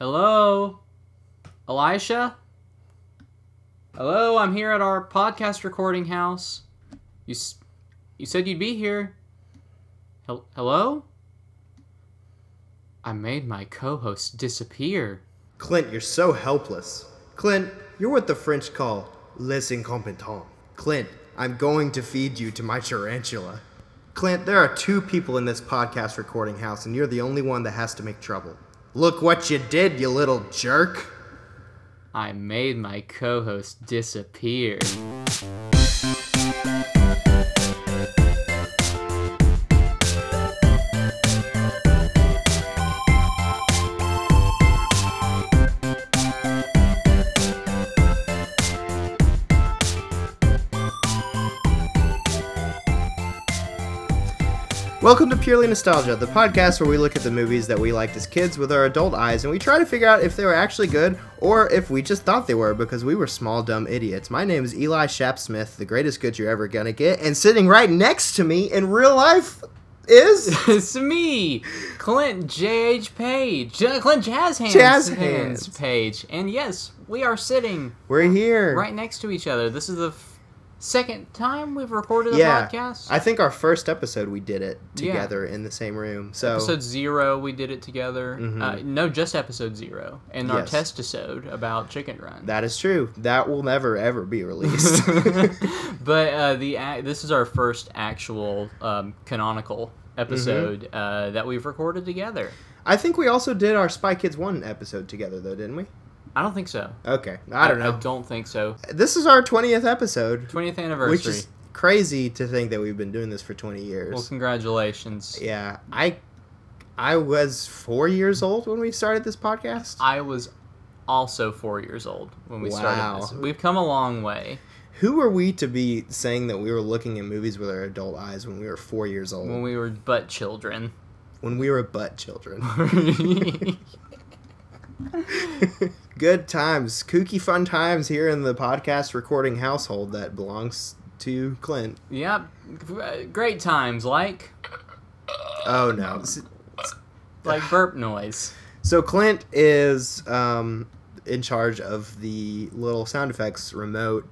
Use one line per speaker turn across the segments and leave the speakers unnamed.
Hello? Elisha? Hello, I'm here at our podcast recording house. You s- you said you'd be here. Hel- hello? I made my co-host disappear.
Clint, you're so helpless. Clint, you're what the French call les incompetents. Clint, I'm going to feed you to my tarantula. Clint, there are two people in this podcast recording house, and you're the only one that has to make trouble. Look what you did, you little jerk!
I made my co-host disappear.
Welcome to Purely Nostalgia, the podcast where we look at the movies that we liked as kids with our adult eyes and we try to figure out if they were actually good or if we just thought they were because we were small, dumb idiots. My name is Eli Shap Smith, the greatest good you're ever gonna get, and sitting right next to me in real life is.
it's me, Clint J.H. Page. J- Clint Jazz Hands,
Jazz
Hands
Hands.
Page. And yes, we are sitting
We're here.
right next to each other. This is the f- second time we've recorded a
Yeah.
podcast.
I think our first episode we did it
Yeah.
together in the same room. So. Mm-hmm.
episode zero, we did it together. Uh, no, just episode zero, and our
Yes.
test episode about Chicken Run.
that is true. That will never ever be released.
but uh, the ac this is our first actual um, canonical episode
Mm-hmm.
uh, that we've recorded together.
I think we also did our Spy Kids 1 episode together though, didn't we?
I don't think so.
Okay. I don't know.
I don't think so.
This is our 20th episode.
Twentieth anniversary.
which is crazy to think that we've been doing this for 20 years.
well, congratulations.
yeah, I I was 4 years old when we started this podcast.
I was also four years old when we
Wow.
started this. We've come a long way.
Who are we to be saying that we were looking at movies with our adult eyes when we were 4 years old?
when we were but children.
when we were butt children. Good times, kooky fun times here in the podcast recording household that belongs to Clint.
yep. Great times, like
Oh no. S-
like burp noise.
So Clint is um, in charge of the little sound effects remote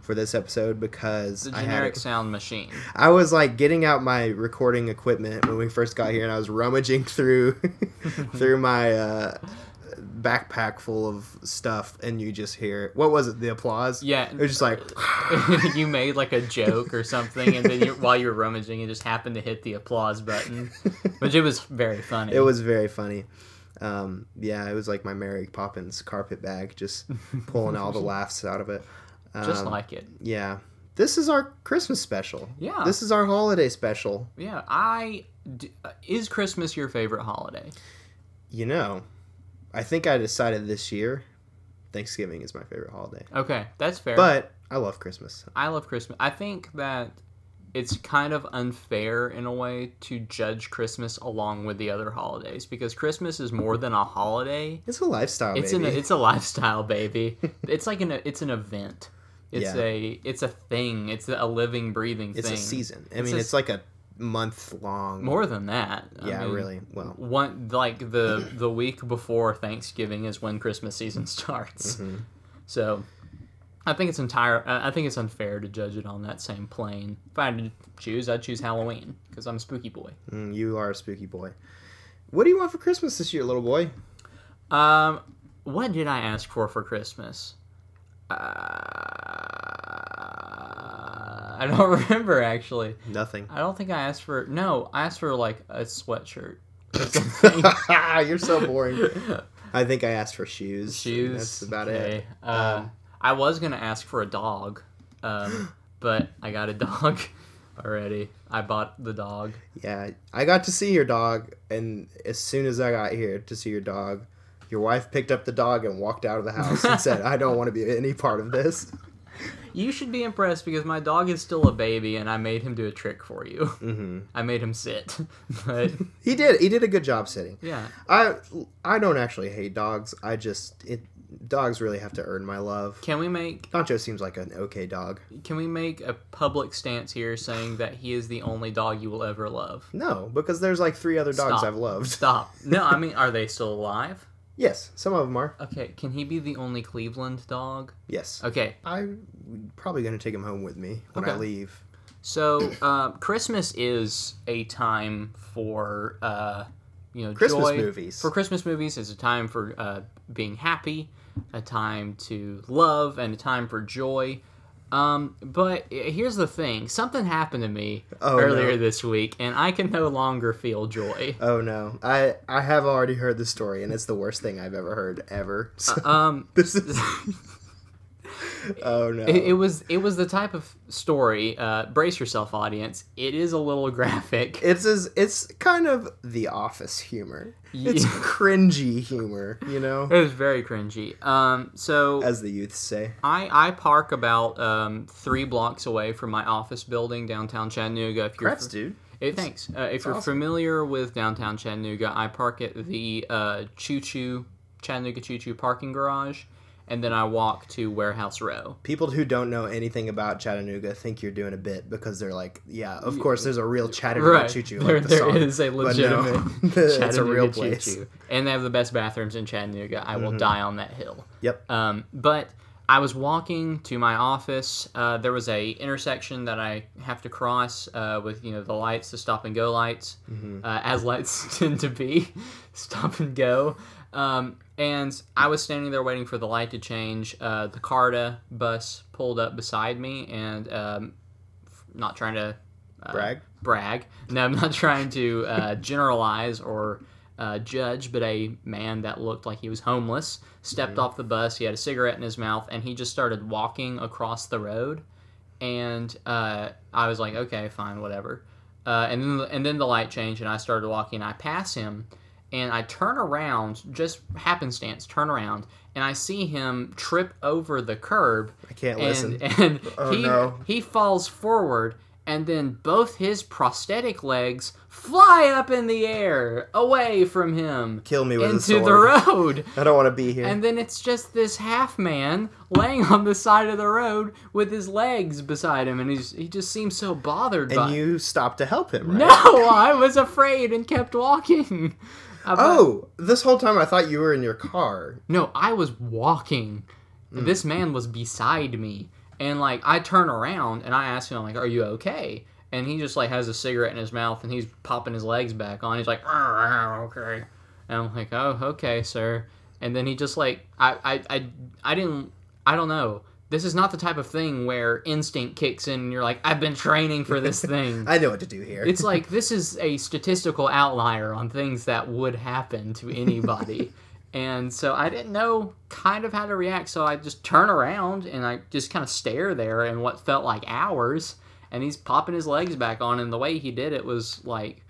for this episode because
It's a
I had
generic sound machine.
I was like getting out my recording equipment when we first got here, and I was rummaging through through my uh, backpack full of stuff, and you just hear what was it? The applause.
Yeah.
It was just like
you made like a joke or something, and then you, while you were rummaging, you just happened to hit the applause button, which it was very funny.
it was very funny. Um, yeah, it was like my Mary Poppins carpet bag, just pulling all the laughs out of it. Um,
just like it.
yeah. This is our Christmas special.
Yeah.
This is our holiday special.
Yeah, I d- uh, is Christmas your favorite holiday?
You know, I think I decided this year Thanksgiving is my favorite holiday.
Okay, that's fair.
But I love Christmas.
I love Christmas. I think that it's kind of unfair in a way to judge Christmas along with the other holidays because Christmas is more than a holiday.
It's a lifestyle,
It's
baby.
an it's a lifestyle, baby. it's like an it's an event. It's
Yeah.
a it's a thing. It's a living, breathing
it's
thing.
a season. I
It's
mean,
a
it's like a month long.
More than that. I
Yeah,
mean,
really. Well,
One like the the week before Thanksgiving is when Christmas season starts. So, I think it's entire. I I think it's unfair to judge it on that same plane. If I had to choose, I'd choose Halloween because I'm a spooky boy.
mm, you are a spooky boy. What do you want for Christmas this year, little boy?
Um, what did I ask for for Christmas? Uh, I don't remember actually.
Nothing.
I don't think I asked for. No, I asked for like a sweatshirt.
You're so boring. I think I asked for shoes. and
shoes.
That's about
okay.
it. Um,
Uh, I was gonna ask for a dog, um, but I got a dog already. I bought the dog.
Yeah, I got to see your dog, and as soon as I got here to see your dog, your wife picked up the dog and walked out of the house and said, "I don't want to be any part of this."
You should be impressed because my dog is still a baby, and I made him do a trick for you.
Mm.
Mm-hmm. I made him sit, but
He did. He did a good job sitting.
yeah,
I I don't actually hate dogs. I just it, dogs really have to earn my love.
can we make
Nacho seems like an okay dog.
can we make a public stance here saying that he is the only dog you will ever love?
No, because there's like three other dogs
Stop.
I've loved.
Stop. No, I mean, are they still alive?
Yes, some of them are.
Okay, can he be the only Cleveland dog?
Yes.
Okay,
I'm probably going to take him home with me when I
Uh, Okay.
leave.
so uh, Christmas is a time for uh, you know
Christmas
joy.
movies.
For Christmas movies, it's a time for uh, being happy, a time to love, and a time for joy. Um, but i- here's the thing: something happened to me
Oh,
earlier
no.
this week, and I can no longer feel joy.
Oh no, I I have already heard the story, and it's the worst thing I've ever heard ever. So,
Um,
this is. oh no.
Uh. it, it was it was the type of story. Uh, brace yourself, audience. It is a little graphic.
it's as it's kind of the office humor. It's
Yeah.
cringy humor, you know,
It was very cringy. Um, so
as the youths say.
I, I park about um, three blocks away from my office building downtown Chattanooga. If you're
Congrats, dude.
Hey, thanks. Uh, if you're
awesome.
familiar with downtown Chattanooga, I park at the uh, Choo Choo Chattanooga Choo Choo parking garage, and then I walk to Warehouse Row.
People who don't know anything about Chattanooga think you're doing a bit because they're like, yeah, of course, there's a real Chattanooga
Right.
choo choo.
there
like the
there
song.
is a
But no,
legitimate Chattanooga
it's a real place. Mm-hmm.
Choo Choo, and they have the best bathrooms in Chattanooga. I will die on that hill.
Yep.
Um, but I was walking to my office. Uh, there was a intersection that I have to cross uh, with you know the lights, the stop and go lights, uh, as lights tend to be, stop and go. Um, and I was standing there waiting for the light to change. Uh, the Carta bus pulled up beside me, and um, f- not trying to uh,
Brag?
brag. No, I'm not trying to uh, generalize or uh, judge, but a man that looked like he was homeless stepped off the bus. He had a cigarette in his mouth, and he just started walking across the road. And uh, I was like, okay, fine, whatever. Uh, and then and then the light changed, and I started walking. I pass him, and I turn around, just happenstance, turn around, and I see him trip over the curb.
I can't listen.
and and
Oh,
he
no.
he falls forward and then both his prosthetic legs fly up in the air away from him
Kill me with a
into the
sword.
road
I don't want to be here.
and then it's just this half man laying on the side of the road with his legs beside him and he's he just seems so bothered by
and you stopped to help him, right?
no i was afraid and kept walking I-
Oh, this whole time I thought you were in your car.
No, I was walking. This man was beside me. And like I turn around and I ask him, I'm like, Are you okay? And he just like has a cigarette in his mouth and he's popping his legs back on. He's like, "Ah, okay. And I'm like, Oh, okay, sir. And then he just like I, I I I didn't I don't know. This is not the type of thing where instinct kicks in and you're like, I've been training for this thing.
I know what to do here.
it's like this is a statistical outlier on things that would happen to anybody. and so I didn't know kind of how to react, so I just turn around and I just kind of stare there in what felt like hours. And he's popping his legs back on, and the way he did it was like,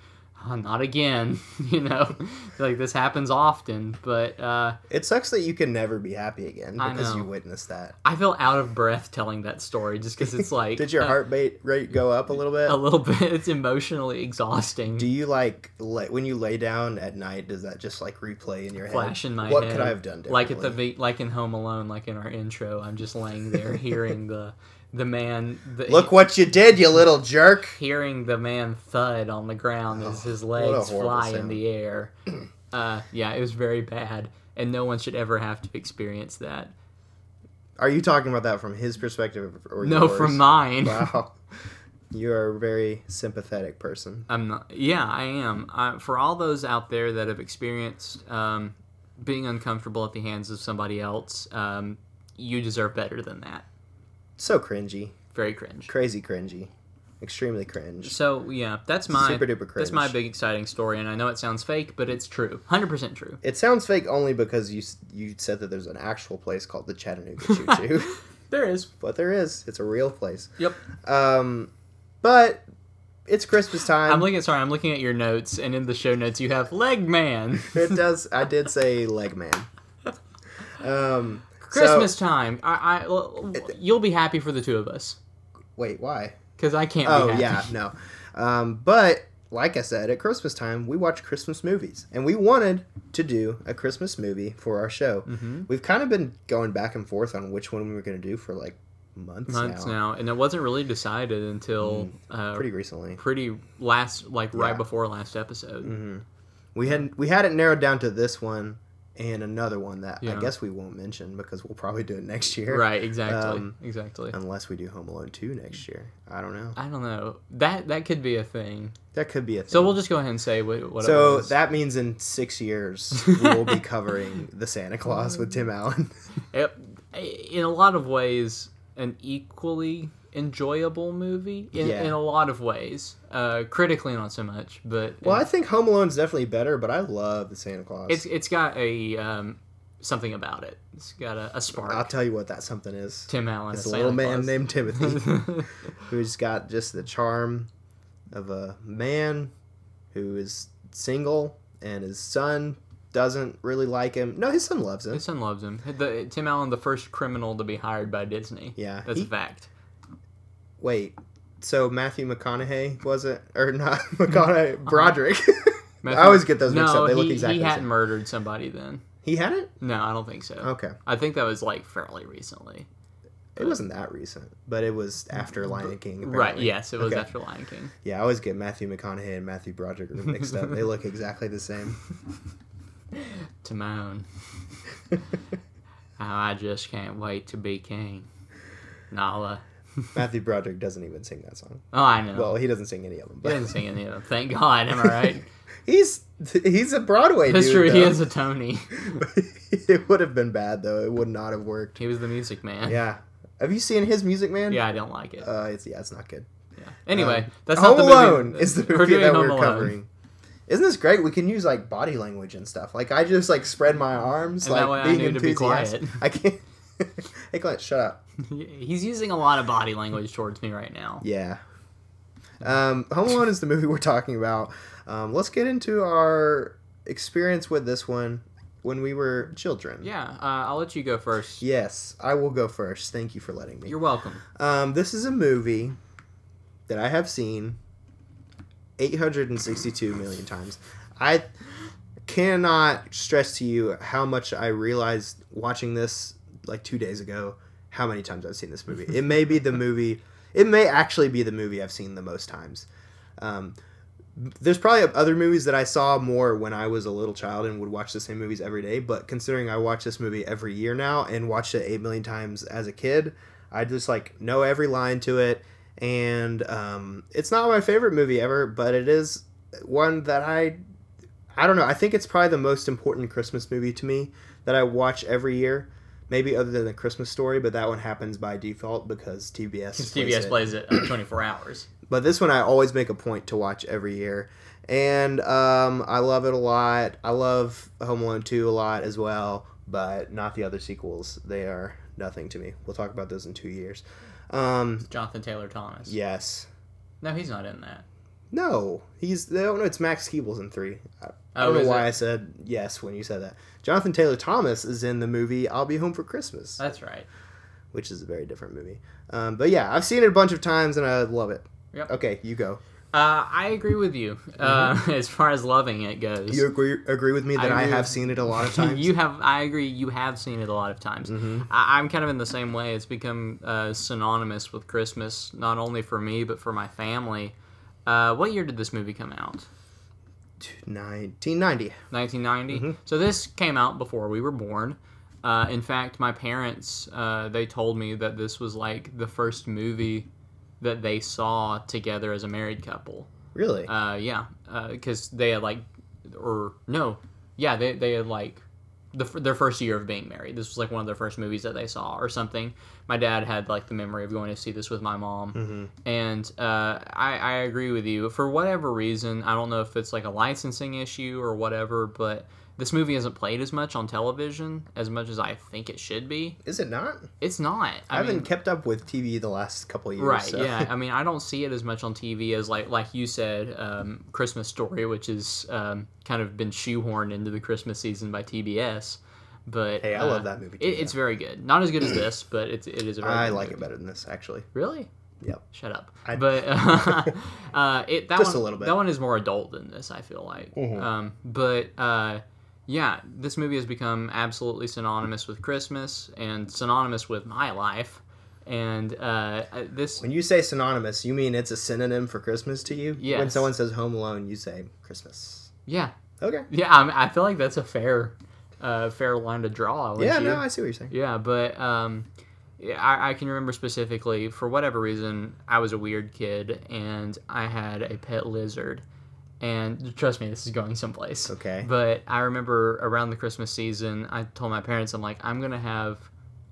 "Ah, not again, you know? like, this happens often, but uh,
it sucks that you can never be happy again
I
because
know.
you witnessed that.
I feel out of breath telling that story just because it's like.
Did your
uh,
heart rate rate go up a little bit?
a little bit, it's emotionally exhausting.
do you like lay, when you lay down at night? Does that just like replay in your
flash
head?
in my
what
head.
could I have done?
Like at the
differently?
be- like in Home Alone, like in our intro, I'm just laying there hearing the the man the,
look what you did, you little jerk.
hearing the man thud on the ground as his legs
Oh, horrible
fly in
sound.
the air. Uh, yeah, it was very bad, and no one should ever have to experience that.
Are you talking about that from his perspective or
No,
yours?
from mine.
Wow, you are a very sympathetic person.
I'm not. Yeah, I am. I, for all those out there that have experienced um, being uncomfortable at the hands of somebody else, um, you deserve better than that.
So cringy,
Very cringe.
crazy cringy, extremely cringe.
So yeah, that's my
Super duper
That's my
cringe.
big exciting story, and I know it sounds fake, but it's true, hundred percent true.
It sounds fake only because you s- you said that there's an actual place called the Chattanooga Choo Choo,
There is.
but there is. It's a real place.
Yep.
Um, but it's Christmas time.
I'm looking. Sorry, I'm looking at your notes, and in the show notes you have leg man.
it does. I did say leg man. Um, so-
Christmas time. I, I well, you'll be happy for the two of us
wait, why?
because I can't.
Oh
be happy.
yeah, no. Um, but like I said, at Christmas time we watch Christmas movies, and we wanted to do a Christmas movie for our show.
Mm-hmm.
We've kind of been going back and forth on which one we were going to do for like months,
Months now,
now,
and it wasn't really decided until uh,
Mm. pretty
pretty
recently.
last, like
Yeah. Mm.
right before last episode.
We had we had it narrowed down to this one, and another one that I
Yeah.
guess we won't mention because we'll probably do it next year.
Right, exactly.
Um,
exactly.
Unless we do Home Alone 2 next year. I don't know.
I don't know. That that could be a thing.
That could be a thing.
So we'll just go ahead and say what, what it
So
was.
that means in six years, we will be covering the Santa Claus with Tim Allen.
Yep. in a lot of ways, an equally enjoyable movie. In,
Yeah.
in a lot of ways, uh, critically not so much, but
well, I think Home Alone's definitely better, but I love the Santa Claus.
it's it's got a um, something about it. It's got a, a spark.
I'll tell you what that something is.
Tim Allen,
Uh, it's
as
a little
Santa
man
Claus.
named Timothy who's got just the charm of a man who is single and his son doesn't really like him. No, his son loves him.
His son loves him. The, Tim Allen, the first criminal to be hired by Disney.
Yeah,
that's
he-
a fact.
Wait, so Matthew McConaughey was it or not McConaughey?
Uh-huh.
Broderick. I always get those
no,
mixed up. They
he,
look exactly
he
the
hadn't
same. Oh.
murdered somebody then.
He had it.
No, I don't think so.
Okay,
I think that was like fairly recently.
it wasn't that recent, but it was after Lion King.
Uh, Right.
apparently.
Yes, it was
Okay.
after Lion King.
Yeah, I always get Matthew McConaughey and Matthew Broderick mixed up. They look exactly the same.
Timon. How I just can't wait to be king. Nala.
Matthew Broderick doesn't even sing that song.
Oh, I know.
Well, he doesn't sing any of them,
he
but
doesn't sing any of them. Thank God. Am I right?
he's he's a Broadway
That's true.
dude.
He
though.
is a Tony.
it would have been bad though. It would not have worked.
He was the music man.
Yeah. Have you seen his Music Man?
Yeah, I don't like it.
Uh, it's yeah, it's not good.
yeah. Anyway,
um,
that's
Home
not the
Alone
movie.
is the
We're
movie
doing
that
Home
we're
Alone.
covering. Isn't this great? We can use like body language and stuff. Like I just like spread my arms,
And
like
that way I
being
knew to be
enthusiastic. I can't. hey, Clint, shut up.
He's using a lot of body language towards me right now.
Yeah. Um, Home Alone is the movie we're talking about. Um, let's get into our experience with this one when we were children.
Yeah, uh, I'll let you go first.
Yes, I will go first. Thank you for letting me.
You're welcome.
Um, this is a movie that I have seen 862 million times. I cannot stress to you how much I realized watching this like two days ago how many times I've seen this movie. It may be the movie, it may actually be the movie I've seen the most times. Um, there's probably other movies that I saw more when I was a little child and would watch the same movies every day, but considering I watch this movie every year now and watched it 8 million times as a kid, I just like know every line to it, and um, it's not my favorite movie ever, but it is one that I, I don't know. I think it's probably the most important Christmas movie to me that I watch every year. Maybe other than the Christmas story, but that one happens by default because TBS.
Because
plays
TBS
it.
plays it uh, 24 hours.
But this one I always make a point to watch every year. And um, I love it a lot. I love Home Alone 2 a lot as well, but not the other sequels. They are nothing to me. We'll talk about those in two years. Um,
Jonathan Taylor Thomas.
yes.
No, he's not in that.
No, he's. They don't know it's Max Keebles in three. I, I
Oh,
don't
is
know why
it?
I said yes when you said that. Jonathan Taylor Thomas is in the movie "I'll Be Home for Christmas,"
That's right.
which is a very different movie. Um, but yeah, I've seen it a bunch of times and I love it.
Yep.
Okay, you go.
Uh, I agree with you uh, as far as loving it goes.
You agree agree with me that
I
I,
agree
have
with-
seen it a lot of times.
You have, I agree. You have seen it a lot of times. I, I'm kind of in the same way. It's become uh, synonymous with Christmas, not only for me but for my family. Uh, what year did this movie come out?
1990.
1990. So this came out before we were born. Uh, in fact, my parents uh, they told me that this was like the first movie that they saw together as a married couple.
Really?
Uh, yeah, because they had like, or no, yeah, they they had like. The, f- their first year of being married. This was like one of their first movies that they saw or something. My dad had like the memory of going to see this with my mom,
Mm-hmm.
and uh, I, I agree with you. For whatever reason, I don't know if it's like a licensing issue or whatever, but this movie isn't played as much on television as much as I think it should be.
Is it not?
It's not.
I,
I, mean,
haven't kept up with TV the last couple years.
Right.
so-
Yeah. I mean, I don't see it as much on TV as like like you said, um, Christmas Story, which is um, kind of been shoehorned into the Christmas season by TBS. But
Hey, I
uh,
love that movie too,
It, it's very good. Not as good as this, but it's it is. A very
I
good
like
movie.
it better than this actually.
Really?
Yep.
Shut up.
I-
But uh, uh, it that
Just
one,
a little bit. Mm-hmm.
That one is more adult than this. I feel like. Um, but uh, yeah, this movie has become absolutely synonymous with Christmas and synonymous with my life. And uh, I- this
When you say synonymous, you mean it's a synonym for Christmas to you? When
Yes.
someone says Home Alone, you say Christmas.
yeah
Okay.
Yeah, I, mean, I feel like that's a fair uh, fair line to draw. wouldn't
yeah,
you?
no, I see what you're saying.
Yeah, but um, yeah, I, I can remember specifically for whatever reason I was a weird kid and I had a pet lizard. And trust me, this is going someplace.
Okay.
But I remember around the Christmas season, I told my parents, I'm like, I'm gonna have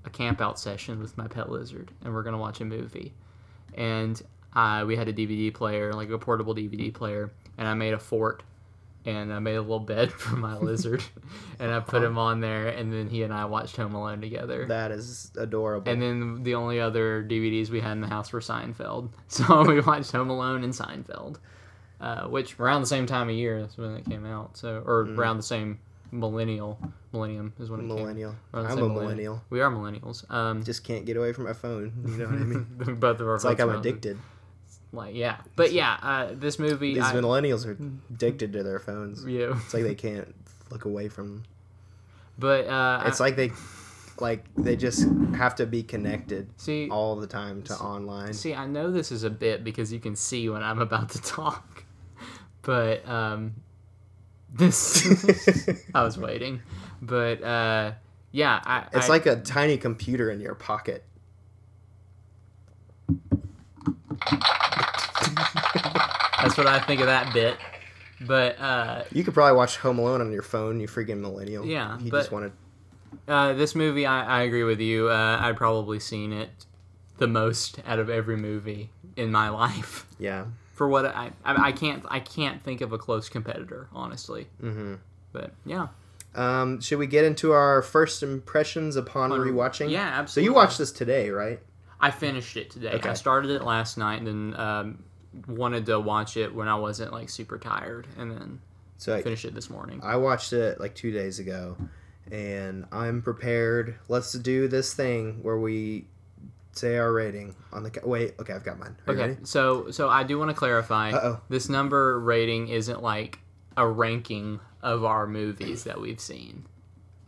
a camp out session with my pet lizard, and we're gonna watch a movie. And I we had a DVD player, like a portable DVD player, and I made a fort and I made a little bed for my lizard, and I put him on there, and then he and I watched Home Alone together.
That is adorable.
and then the only other DVDs we had in the house were Seinfeld, so we watched Home Alone and Seinfeld, uh, which around the same time of year that's when it came out, so or
Mm.
around the same millennial millennium is when it came.
millennial.
around the
I'm
same
a millennial.
We are millennials. Um,
Just can't get away from my phone. You know what I mean?
both of our
It's like I'm
phones-
addicted.
Like yeah, but yeah, uh, this movie.
These
I-
millennials are addicted to their phones.
yeah,
It's like they can't look away from.
but uh,
It's
I,
like they, like they just have to be connected
see
all the time to online.
See, I know this is a bit because you can see when I'm about to talk, but um, this I was waiting, but uh, yeah, I,
It's
I-
like a tiny computer in your pocket.
that's what I think of that bit. But uh,
You could probably watch Home Alone on your phone. You freaking millennial.
Yeah,
You
but-
just want to.
uh, this movie, I, I agree with you. Uh, I've probably seen it the most out of every movie in my life.
Yeah.
For what I, I, I can't, I can't think of a close competitor, honestly. Mm-hmm. But yeah,
Um, should we get into our first impressions upon rewatching?
yeah,
So you
absolutely.
watched this today, right?
I finished it today.
Okay.
I started it last night and then um, wanted to watch it when I wasn't like super tired, and then
So I,
finished it this morning.
I watched it like two days ago, and I'm prepared. Let's do this thing where we say our rating on the. Ca- Wait, okay, I've got mine. Are you
Okay,
ready?
so so I do want to clarify.
Uh-oh.
This number rating isn't like a ranking of our movies that we've seen.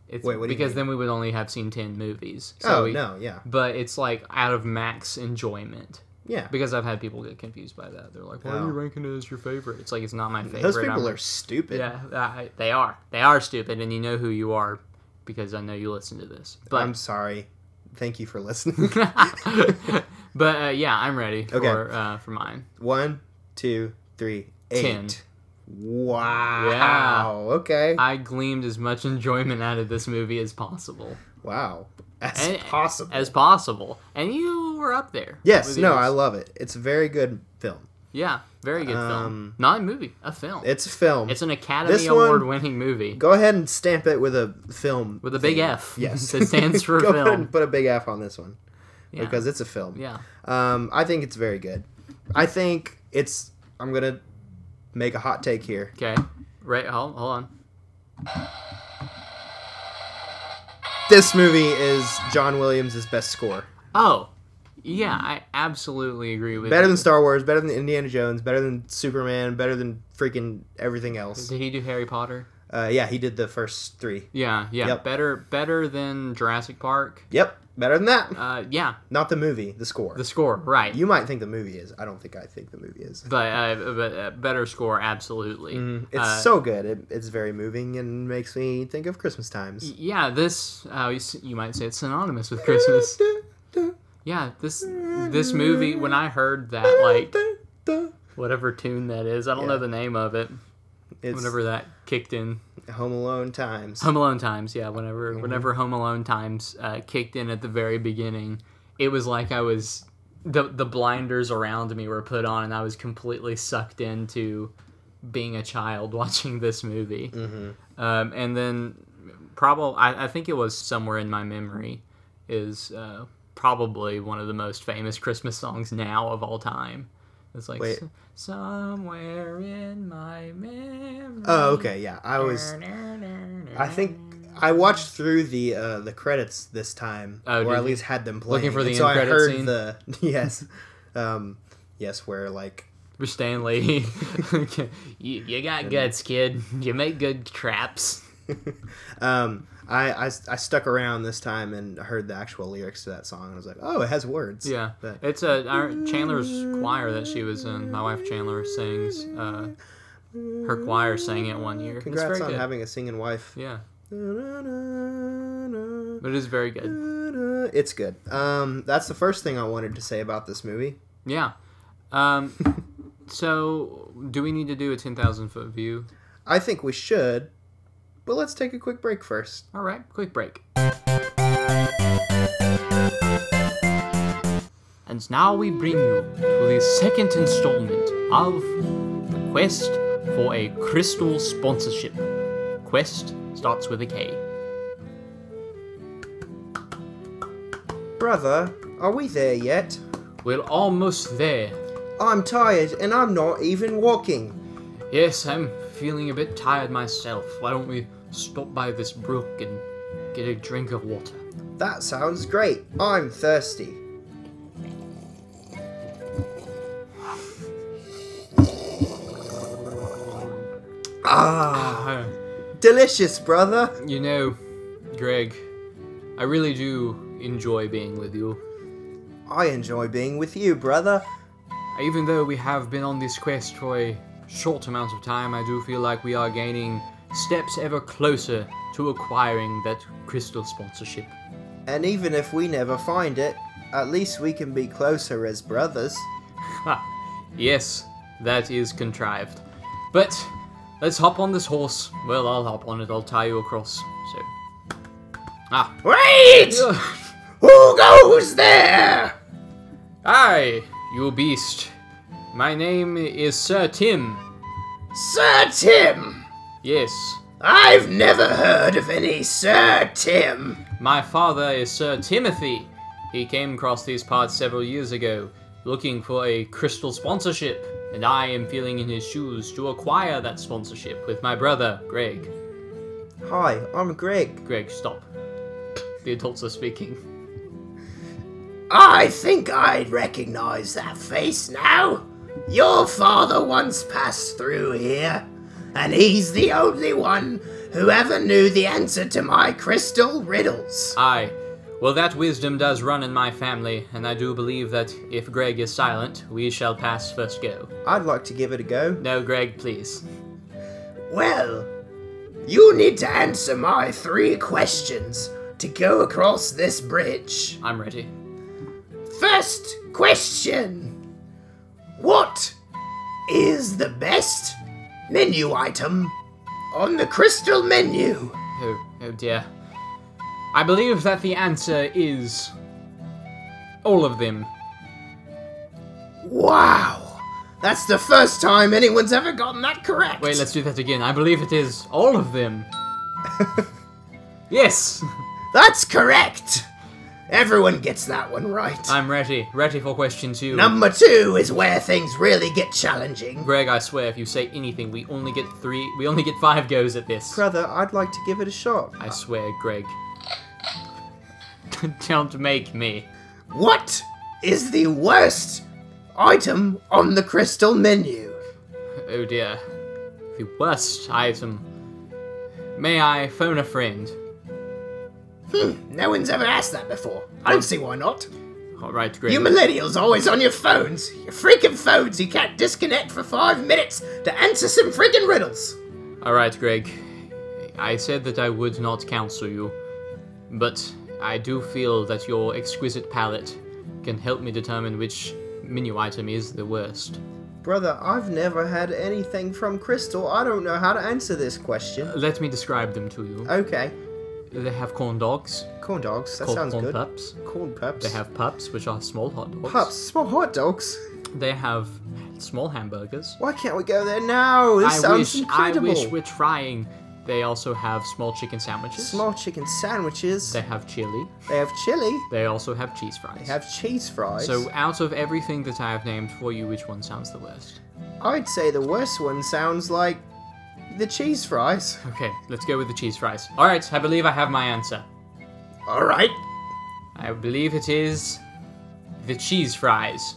It's
Wait, what do you
because
mean?
then we would only have seen ten movies.
oh
we-
no, yeah,
But it's like out of max enjoyment.
yeah.
Because I've had people get confused by that. They're like, "Why are
Oh.
you ranking it as your favorite?" It's like it's not my favorite.
Those people
I'm-
are stupid.
Yeah, I, they are. They are stupid, and you know who you are because I know you listen to this. But
I'm sorry. Thank you for listening.
but uh, yeah, I'm ready
Okay.
for uh, for mine.
One, two, three, eight.
Ten.
Wow. Okay.
I gleamed as much enjoyment out of this movie as possible.
wow. As
And-
possible.
As possible. And you were up there.
yes.
with
No,
yours.
I love it. It's a very good film.
Yeah, very good film.
Um,
Not a movie, a film.
It's a film.
it's an Academy
This one-
Award winning movie
Go ahead and stamp it with a film.
with a big
thing.
F.
Yes.
that stands for
Go ahead
film.
and put a big F on this one
Yeah.
because it's a film.
yeah.
Um, I think it's very good. I think it's. I'm gonna make a hot take here.
Okay. Right. Hold, hold on.
This movie is John Williams' best score.
Oh, yeah, I absolutely agree with
Better
you.
than Star Wars. Better than Indiana Jones. Better than Superman. Better than freaking everything else.
Did he do Harry Potter?
Uh, yeah, he did the first three.
Yeah, yeah.
Yep.
Better, better than Jurassic Park.
Yep. Better than that.
Uh, yeah,
Not the movie. The score.
the score, right?
you might think the movie is. I don't think I think the movie is.
but uh, but uh, better score, absolutely.
Mm, It's
Uh,
so good. It, it's very moving and makes me think of Christmas times.
yeah, this uh, you s- you might say it's synonymous with Christmas. Yeah, this this movie. When I heard that, like whatever tune that is, I don't know
Yeah.
the name of it.
It's
Whenever that kicked in,
Home Alone times.
Home Alone times, yeah. Whenever
Mm-hmm.
whenever Home Alone times uh, kicked in at the very beginning, it was like I was the the blinders around me were put on, and I was completely sucked into being a child watching this movie.
Mm-hmm.
Um, and then probably I, I think it was somewhere in my memory is uh, probably one of the most famous Christmas songs now of all time. It's like
Wait.
"S- somewhere in my memory.
Oh, okay, yeah. I was. I think I watched through the uh, the credits this time,
Oh,
or
did
at
you?
least had them
Looking
playing.
for the
and
end
so I
credit
heard
scene?
the yes, um, yes, where like
for Stanley. you, you got guts, kid. You make good traps.
um, I, I I stuck around this time and heard the actual lyrics to that song and I was like, oh, it has words.
Yeah,
But-
it's a our, Chandler's choir that she was in. My wife Chandler sings. Uh, her choir sang it one year. It's
Congrats
very
on
good.
having a singing wife.
yeah, but it is very good.
It's good. Um, that's the first thing I wanted to say about this movie.
Yeah. Um, so, do we need to do a 10,000 foot view?
I think we should, but let's take a quick break first.
All right, quick break. And now we bring you to the second installment of the quest for a crystal sponsorship. Quest starts with a K.
Brother, are we there yet?
We're almost there.
I'm tired and I'm not even walking.
Yes, I'm feeling a bit tired myself. Why don't we stop by this brook and get a drink of water?
That sounds great. I'm thirsty. Ah,
Ah,
delicious, brother.
you know, Greg, I really do enjoy being with you.
I enjoy being with you, brother.
Even though we have been on this quest for a short amount of time, I do feel like we are gaining steps ever closer to acquiring that crystal sponsorship.
And even if we never find it, at least we can be closer as brothers.
Ha! Yes, that is contrived. But let's hop on this horse. Well, I'll hop on it. I'll tie you across. So. Ah.
Wait! Who goes there?
Aye, you beast. My name is Sir Tim.
Sir Tim!
Yes,
I've never heard of any Sir Tim.
my father is Sir Timothy. He came across these parts several years ago, looking for a crystal sponsorship, and I am feeling in his shoes to acquire that sponsorship with my brother, Greg.
Hi, I'm Greg.
Greg, stop. The adults are speaking.
I think I recognize that face now. Your father once passed through here, and he's the only one who ever knew the answer to my crystal riddles.
Aye. Well, that wisdom does run in my family, and I do believe that if Greg is silent, we shall pass first go.
I'd like to give it a go.
No, Greg, please.
Well, you need to answer my three questions to go across this bridge.
I'm ready.
First question What is the best menu item on the crystal menu?
Oh, oh dear. I believe that the answer is. All of them.
Wow! That's the first time anyone's ever gotten that correct!
Wait, let's do that again. I believe it is all of them. yes!
That's correct! Everyone gets that one right.
I'm ready. Ready for question two.
Number two is where things really get challenging.
Greg, I swear, if you say anything, we only get three. We only get five goes at this.
Brother, I'd like to give it a shot.
I swear, Greg. Don't make me.
What is the worst item on the crystal menu?
Oh dear. The worst item. May I phone a friend?
Hmm, No one's ever asked that before. I don't see why not.
Alright, Greg.
You millennials are always on your phones. Your freaking phones. You can't disconnect for five minutes to answer some freaking riddles.
Alright, Greg. I said that I would not counsel you, but I do feel that your exquisite palate can help me determine which menu item is the worst.
Brother, I've never had anything from Crystal. I don't know how to answer this question.
Let me describe them to you.
Okay.
They have corn dogs,
Corn dogs. That
called
sounds
corn
good.
pups.
Corn pups.
They have pups, which are small hot dogs.
pups. Small hot dogs.
They have small hamburgers.
Why can't we go there now? This
I
sounds
wish
incredible.
I wish we're trying. They also have small chicken sandwiches.
Small chicken sandwiches.
They have chili.
They have chili.
They also have cheese fries.
They have cheese fries.
so out of everything that I have named for you, which one sounds the worst?
I'd say the worst one sounds like the cheese fries.
Okay, let's go with the cheese fries. All right, I believe I have my answer.
All right.
I believe it is the cheese fries.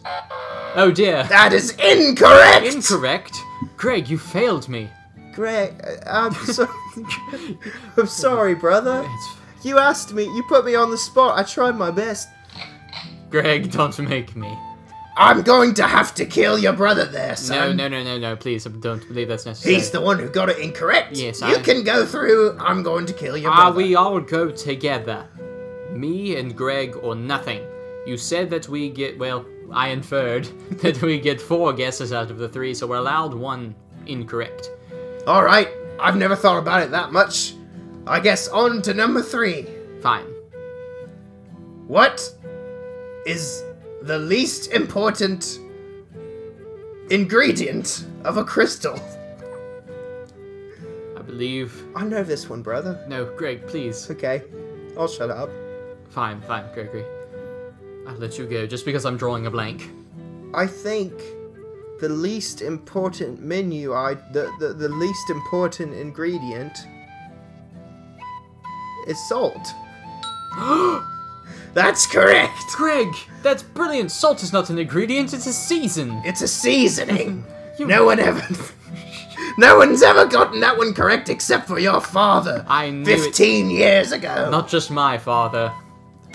Oh dear.
That is incorrect.
Incorrect. Greg, you failed me.
Greg, Uh, I'm so I'm sorry, brother.
It's
You asked me. You put me on the spot. I tried my best.
Greg, don't make me.
I'm going to have to kill your brother there,
No,
son.
no, no, no, no. Please don't believe that's necessary.
He's the one who got it incorrect.
Yes,
you
I-
can go through. I'm going to kill your
Ah,
brother.
we all go together. Me and Greg or nothing. You said that we get, well, I inferred that we get four guesses out of the three, so we're allowed one incorrect.
All right. I've never thought about it that much. I guess on to number three.
Fine.
What is the least important ingredient of a crystal?
I believe.
I know this one, brother.
No, Greg, please.
Okay. I'll shut up.
Fine, fine, Gregory. I'll let you go just because I'm drawing a blank.
I think the least important menu I the, the, the least important ingredient is salt. That's correct.
Greg, that's brilliant. Salt is not an ingredient, it's a season.
It's a seasoning.
You-
No one ever No one's ever gotten that one correct except for your father.
I knew it.
15 years ago.
Not just my father,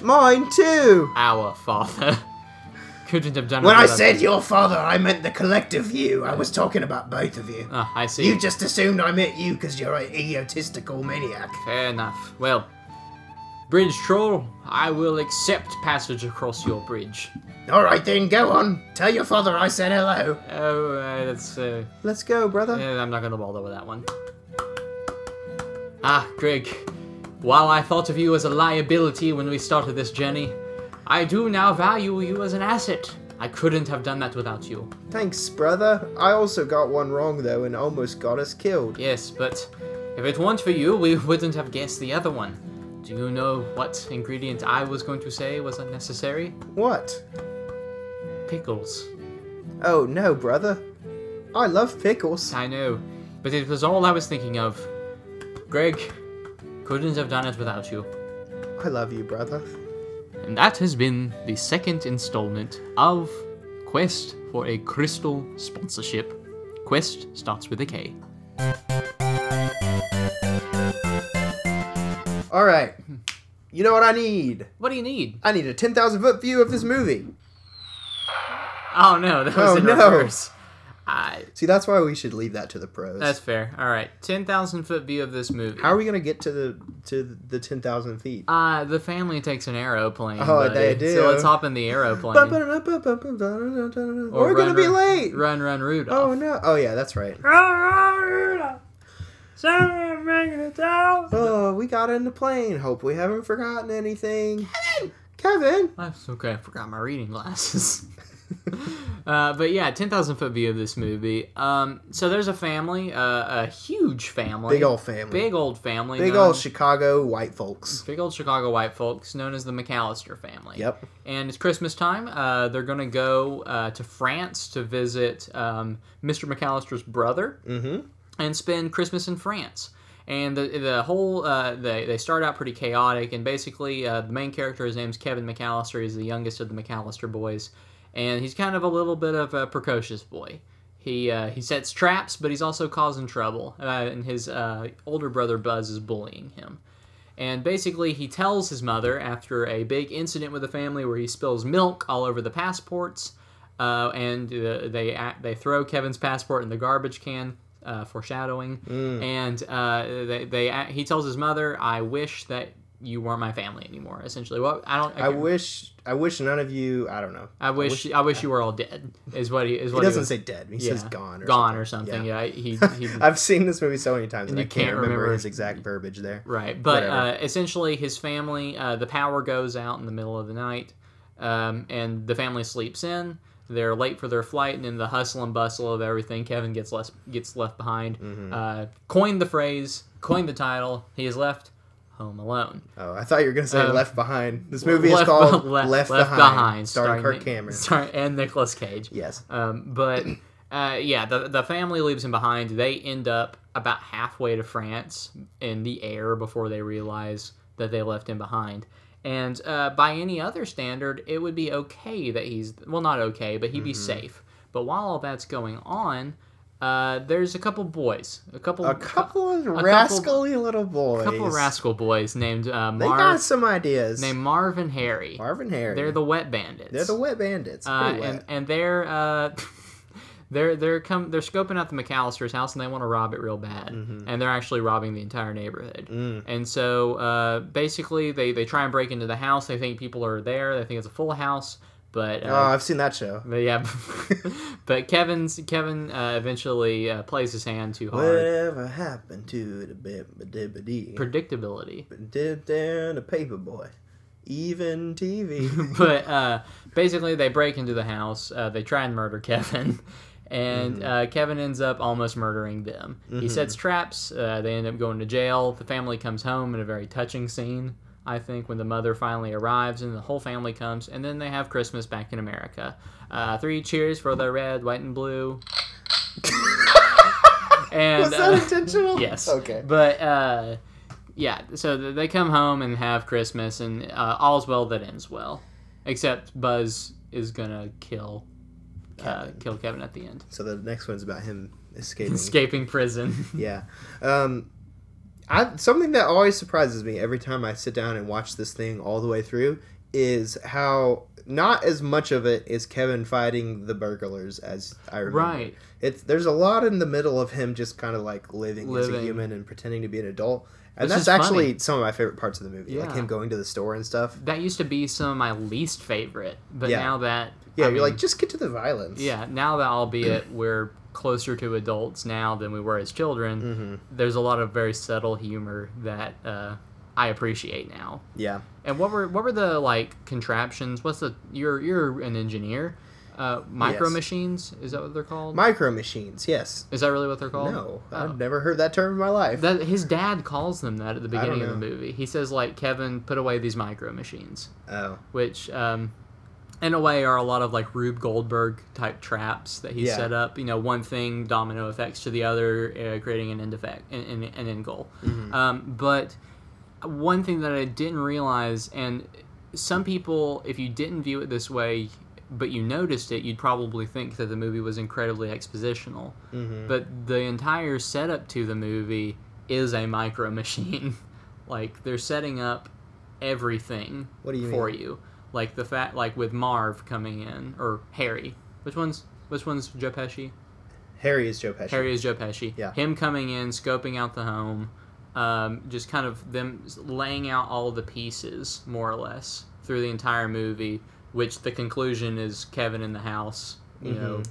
Mine too.
our father. Couldn't have done it
When I
without-
said your father, I meant the collective you. I was talking about both of you.
Ah, I see.
You just assumed I meant you because you're an egotistical maniac.
Fair enough. Well, Bridge Troll, I will accept passage across your bridge.
All right then, go on. Tell your father I said hello.
Oh, uh, that's. Uh,
Let's go, brother.
uh, I'm not gonna bother with that one. Ah, Greg. While I thought of you as a liability when we started this journey, I do now value you as an asset. I couldn't have done that without you.
Thanks, brother. I also got one wrong though, and almost got us killed.
Yes, but if it weren't for you, we wouldn't have guessed the other one. Do you know what ingredient I was going to say was unnecessary?
What?
Pickles.
Oh no, brother. I love pickles.
I know, but it was all I was thinking of. Greg, couldn't have done it without you.
I love you, brother.
And that has been the second installment of Quest for a Crystal Sponsorship. Quest starts with a K.
All right. You know what I need?
What do you need?
I need a 10,000 foot view of this movie.
Oh no, that was
Oh,
in
no.
reverse. I-
See, that's why we should leave that to the pros.
that's fair. All right, ten thousand foot view of this movie.
How are we gonna get to the to the 10,000 feet?
uh, the family takes an aeroplane.
Oh,
buddy.
they do.
So let's hop in the aeroplane.
We're gonna
run,
be
run-
late.
Run, run, Rudolph.
Oh no! Oh yeah, that's right. Oh, we got in the plane. Hope we haven't forgotten anything. Kevin.
That's okay. I forgot my reading glasses. uh, but yeah, ten thousand foot view of this movie. Um, so there's a family, uh, a huge family,
Big old family. Big,
big old family, known-
old Chicago white folks.
big old Chicago white folks, known as the McAllister family.
Yep.
And it's Christmas time. Uh, they're gonna go uh, to France to visit um, Mr. McAllister's brother
Mm-hmm.
and spend Christmas in France. And the the whole uh, they they start out pretty chaotic, and basically uh, the main character, his name's Kevin McAllister. He's the youngest of the McAllister boys, and he's kind of a little bit of a precocious boy. He uh, he sets traps, but he's also causing trouble, uh, and his uh, older brother Buzz is bullying him. And basically, he tells his mother after a big incident with the family where he spills milk all over the passports, uh, and uh, they act, they throw Kevin's passport in the garbage can, uh, foreshadowing. And uh, they, they act- he tells his mother, "I wish that you weren't my family anymore." Essentially, well, I don't.
I wish. I wish none of you. I don't know.
I wish. I wish you were all dead. Is what he is.
He
What
doesn't
was-
say dead. He
yeah,
says gone. Or
gone
something.
or something. Yeah, he. he
I've seen this movie so many times, and,
you
I can't,
can't
remember,
remember
his exact verbiage there.
Right, but uh,
Whatever.
essentially, his family, uh, the power goes out in the middle of the night, um, and the family sleeps in. They're late for their flight, and in the hustle and bustle of everything, Kevin gets less gets left behind.
Mm-hmm.
Uh, coined the phrase, coined the title. He is left home alone.
Oh, I thought you were gonna say
Um,
Left Behind. This movie is
Left-
called
Le-
Left, Behind, starring, Kirk
Nic-
Cameron.
starring- and Nicolas Cage.
Yes.
Um, but uh, yeah, the, the family leaves him behind. They end up about halfway to France in the air before they realize that they left him behind. And uh, by any other standard, it would be
Mm-hmm.
okay that he's well, not okay, but he'd be safe. But while all that's going on, Uh, there's a couple boys, a couple,
A couple of
couple-
rascally little boys.
a couple rascal boys named uh,
They
Mar-
got some ideas.
named Marv and Harry.
Marvin Harry.
They're the Wet Bandits.
They're the wet bandits.
uh,
Pretty wet.
and and they're uh, they're they're come they're scoping out the McAllister's house and they want to rob it real bad and they're actually robbing the entire neighborhood and so uh, basically they they try and break into the house they think people are there they think it's a full house but
oh,
uh,
I've seen that show.
but yeah but Kevin's Kevin uh, eventually uh, plays his hand too hard
Whatever happened to the bibbidi
predictability
Dip down the paper boy. Even TV.
but uh, basically, they break into the house. Uh, they try and murder Kevin, and uh, Kevin ends up almost murdering them. He sets traps. Uh, they end up going to jail. The family comes home in a very touching scene. I think when the mother finally arrives and the whole family comes, and then they have Christmas back in America. Uh, three cheers for the red, white, and blue. and
Was
uh,
that intentional?
Yes.
Okay.
But uh, yeah, so th- they come home and have Christmas, and uh, all's well that ends well, except Buzz is gonna kill uh, kill Kevin at the end,
So the next one's about him escaping.
escaping prison.
Yeah. Um, I something that always surprises me every time I sit down and watch this thing all the way through is how not as much of it is Kevin fighting the burglars as I remember.
Right.
It's there's a lot in the middle of him just kind of like living, as a
Living.
human and pretending to be an adult. And
Which
that's
is
actually
funny.
some of my favorite parts of the movie, like
Yeah.
him going to the store and stuff.
That used to be some of my least favorite, but
Yeah.
now that
Yeah,
I
you're
mean,
like just get to the violence.
yeah, now that albeit we're closer to adults now than we were as children,
Mm-hmm.
there's a lot of very subtle humor that uh, I appreciate now.
Yeah.
And what were what were the like contraptions? What's the you're you're an engineer? Uh, micro
Yes.
machines is that what they're called?
Micro machines, yes.
is that really what they're called?
No,
Oh.
I've never heard that term in my life.
That his dad calls them that at the
don't
beginning of the
know.
movie. He says like Kevin put away these micro machines,
oh.
which um, in a way are a lot of like Rube Goldberg type traps that he
Yeah.
set up. You know, one thing domino effects to the other, uh, creating an end effect, an, an, an end goal. Um, but one thing that I didn't realize, and some people, if you didn't view it this way, but you noticed it, you'd probably think that the movie was incredibly expositional. But the entire setup to the movie is a micro machine. like they're setting up everything
What do you
for
mean?
you. Like the fact, like with Marv coming in or Harry. Which one's which one's Joe Pesci?
Harry is Joe Pesci.
Harry is Joe Pesci.
Yeah.
Him coming in, scoping out the home, um, just kind of them laying out all the pieces, more or less, through the entire movie, which the conclusion is Kevin in the house, you know,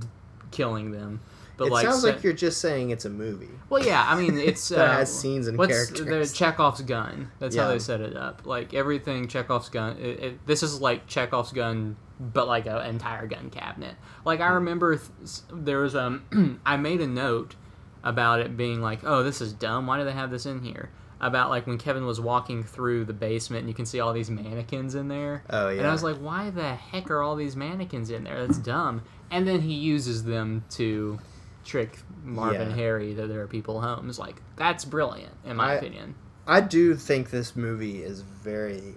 d- killing them. But
Mm-hmm. it sounds
se-
like you're just saying it's a movie.
Well, yeah, I mean, it's
That
uh,
has scenes and
what's
characters.
The Chekhov's gun. That's how
Yeah.
they set it up. Like everything Chekhov's gun. It, it, this is like Chekhov's gun, but like an entire gun cabinet. Like I
Hmm.
remember th- s- there was um, I made a note about it being like, oh, this is dumb. Why do they have this in here? About like when Kevin was walking through the basement and you can see all these mannequins in there.
Oh,
And
yeah.
I was like, why the heck are all these mannequins in there? That's dumb. And then he uses them to trick Marvin
Yeah.
Harry that there are people home. It's like that's brilliant in my
I-
opinion.
I do think this movie is very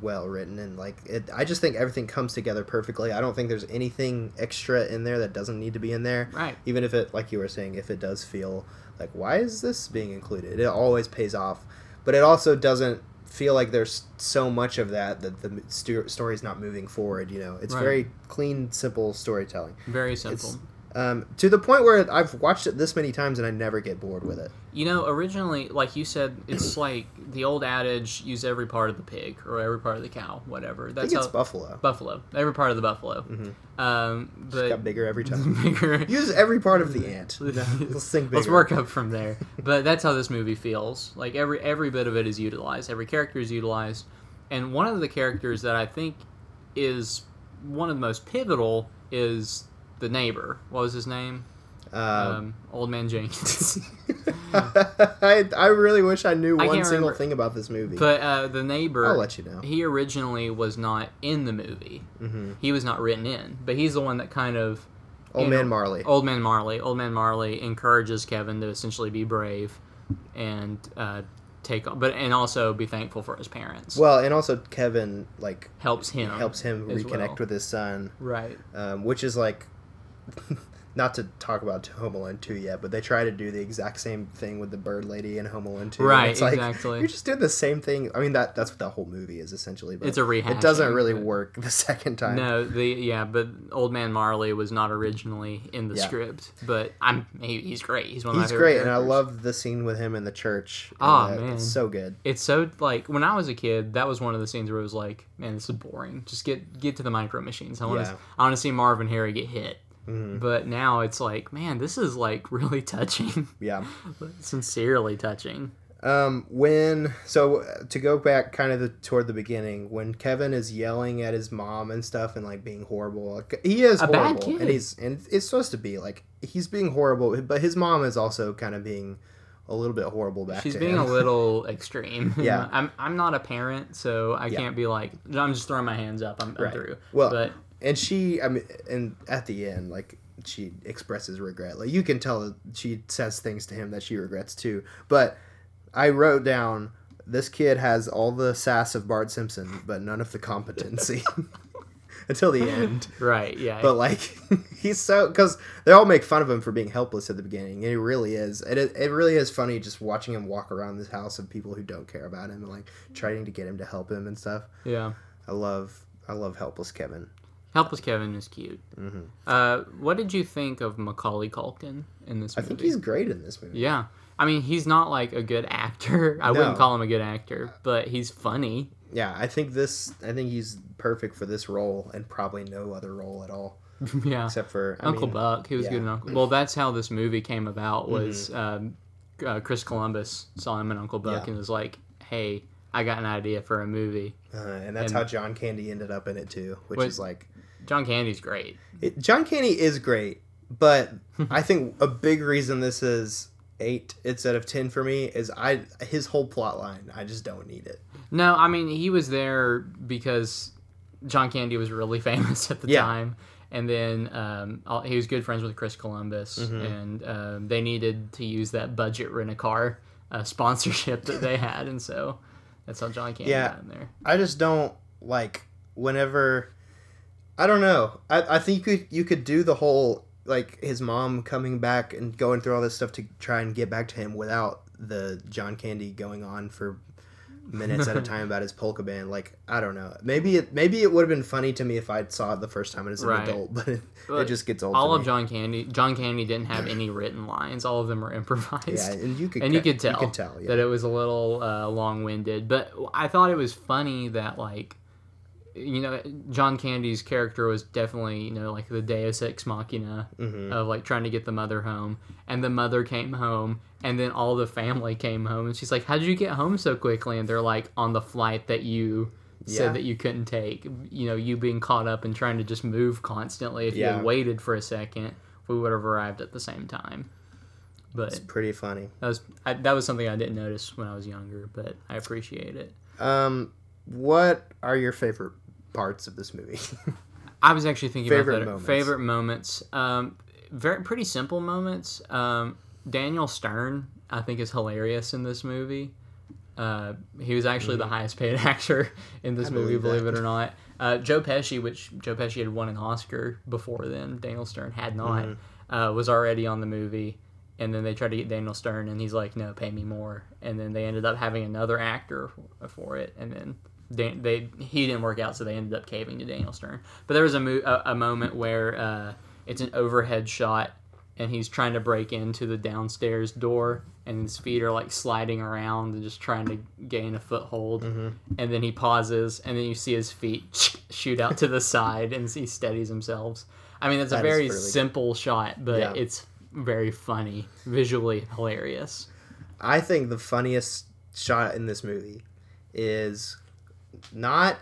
well written and like it, I just think everything comes together perfectly. I don't think there's anything extra in there that doesn't need to be in there.
Right.
Even if it like you were saying if it does feel like why is this being included? It always pays off. But it also doesn't feel like there's so much of that that the sto- story's not moving forward, you know. It's
Right.
very clean, simple storytelling.
Very simple.
It's um, to the point where I've watched it this many times and I never get bored with it.
You know, originally, like you said, it's like the old adage: use every part of the pig or every part of the cow, whatever.
I
That's
think it's
how,
Buffalo.
buffalo. Every part of the buffalo. Um, but
got bigger every time.
bigger.
Use every part of the ant. No, let's think bigger.
Let's work up from there. But that's how this movie feels. Like every every bit of it is utilized. Every character is utilized. And one of the characters that I think is one of the most pivotal is the neighbor. What was his name?
Um,
Um, Old Man Jenkins.
I, I really wish I knew
I
one
can't
single
remember.
thing about this movie.
but uh, the neighbor.
I'll let you know. Mm.
He originally was not in the movie. Mm-hmm. He was not written in. But he's the one that kind of.
Old
you
Man Marley.
Old Man Marley. Old Man Marley encourages Kevin to essentially be brave and uh, take, but and also be thankful for his parents.
well, and also Kevin like
helps him.
helps him
as
reconnect
well.
with his son,
Right.
um, which is like not to talk about Home Alone 2 yet, but they try to do the exact same thing with the bird lady in Home Alone 2. and
Right,
it's like,
exactly.
You're just doing the same thing. I mean, that that's what that whole movie is essentially. But
It's a
It doesn't
rehashing,
really
but-
work the second time.
No, the yeah, but Old Man Marley was not originally in the
Yeah.
script, but I'm he, he's great. He's one of my
He's
favorite
great, and I
characters.
love the scene with him in the church. and
Aw,
that-
man.
It's so good.
It's so like when I was a kid, that was one of the scenes where it was like, man, this is boring. Just get get to the micro machines. I want to
Yeah. Mm-hmm.
I want to see Marv and Harry get hit. But now it's like, man, this is like really touching.
Yeah.
Sincerely touching.
Um, when so uh, to go back kind of the, toward the beginning when Kevin is yelling at his mom and stuff and like being horrible, like, he is
A
horrible,
bad kid.
and he's and it's supposed to be like he's being horrible, but his mom is also kind of being a little bit horrible back.
She's
to
being
him.
a little extreme.
Yeah.
I'm I'm not a parent, so I can't be like I'm just throwing my hands up. I'm, I'm
Right.
through.
Well,
but
and she, I mean, and at the end, like she expresses regret. Like you can tell that she says things to him that she regrets too. But I wrote down this kid has all the sass of Bart Simpson, but none of the competency until the end.
right, yeah.
But like he's so because they all make fun of him for being helpless at the beginning, and he really is. And it, it really is funny just watching him walk around this house of people who don't care about him and like trying to get him to help him and stuff.
yeah.
I love I love helpless Kevin.
Helpless Kevin is cute.
Mm-hmm.
Uh, what did you think of Macaulay Culkin in this
I
movie?
think he's great in this movie.
yeah. I mean, he's not like a good actor. I
No.
wouldn't call him a good actor, but he's funny.
Yeah, I think this. I think he's perfect for this role and probably no other role at all
yeah.
except for I
Uncle
mean,
Buck, he was
yeah. Mm-hmm.
good in Uncle. Well, that's how this movie came about. Was um, uh, Chris Columbus saw him in Uncle Buck
Yeah.
and was like, "Hey, I got an idea for a movie."
Uh, and that's
and-
how John Candy ended up in it too, which
Wait.
is like
John Candy's great.
it, John Candy is great, but I think a big reason this is eight instead of ten for me is I his whole plot line. I just don't need it.
No, I mean he was there because John Candy was really famous at the
Yeah.
time, and then um, all- he was good friends with Chris Columbus,
Mm-hmm.
and um, they needed to use that budget rent a car uh, sponsorship that they had, and so that's how John Candy
Yeah.
got in there.
I just don't like whenever I don't know. I, I think you could you could do the whole like his mom coming back and going through all this stuff to try and get back to him without the John Candy going on for minutes at a time about his polka band. Like I don't know. Maybe it maybe it would have been funny to me if I saw it the first time as an
Right.
adult, but it, it
But
just gets old.
All
to
of
me.
John Candy, John Candy didn't have any written lines. All of them were improvised.
yeah, and you could
and you could tell,
you could tell yeah.
that it was a little uh, long-winded but i thought it was funny that like you know john candy's character was definitely you know like the deus ex machina
Mm-hmm.
of like trying to get the mother home and the mother came home and then all the family came home and she's like how did you get home so quickly and they're like on the flight that you
Yeah.
said that you couldn't take you know you being caught up and trying to just move constantly if you
Yeah.
had waited for a second we would have arrived at the same time but
it's pretty funny.
that was I, that was something I didn't notice when I was younger, but I appreciate it.
Um what are your favorite parts of this movie?
I was actually thinking
Favorite
about that.
moments.
Favorite moments. Um, very pretty simple moments. Um, Daniel Stern, I think, is hilarious in this movie. Uh, he was actually the highest paid actor in this movie,
believe
believe it or not. Uh, Joe Pesci, which Joe Pesci had won an Oscar before then, Daniel Stern had not, uh, was already on the movie. And then they tried to get Daniel Stern, and he's like, "No, pay me more." And then they ended up having another actor for it, and then Dan- they he didn't work out, so they ended up caving to Daniel Stern. But there was a mo- a, a moment where uh, it's an overhead shot, and he's trying to break into the downstairs door and his feet are like sliding around and just trying to gain a foothold
Mm-hmm.
and then he pauses and then you see his feet shoot out to the side and he steadies himself i mean it's a
That is
very
really-
simple shot but
Yeah.
it's very funny visually hilarious
I think the funniest shot in this movie is not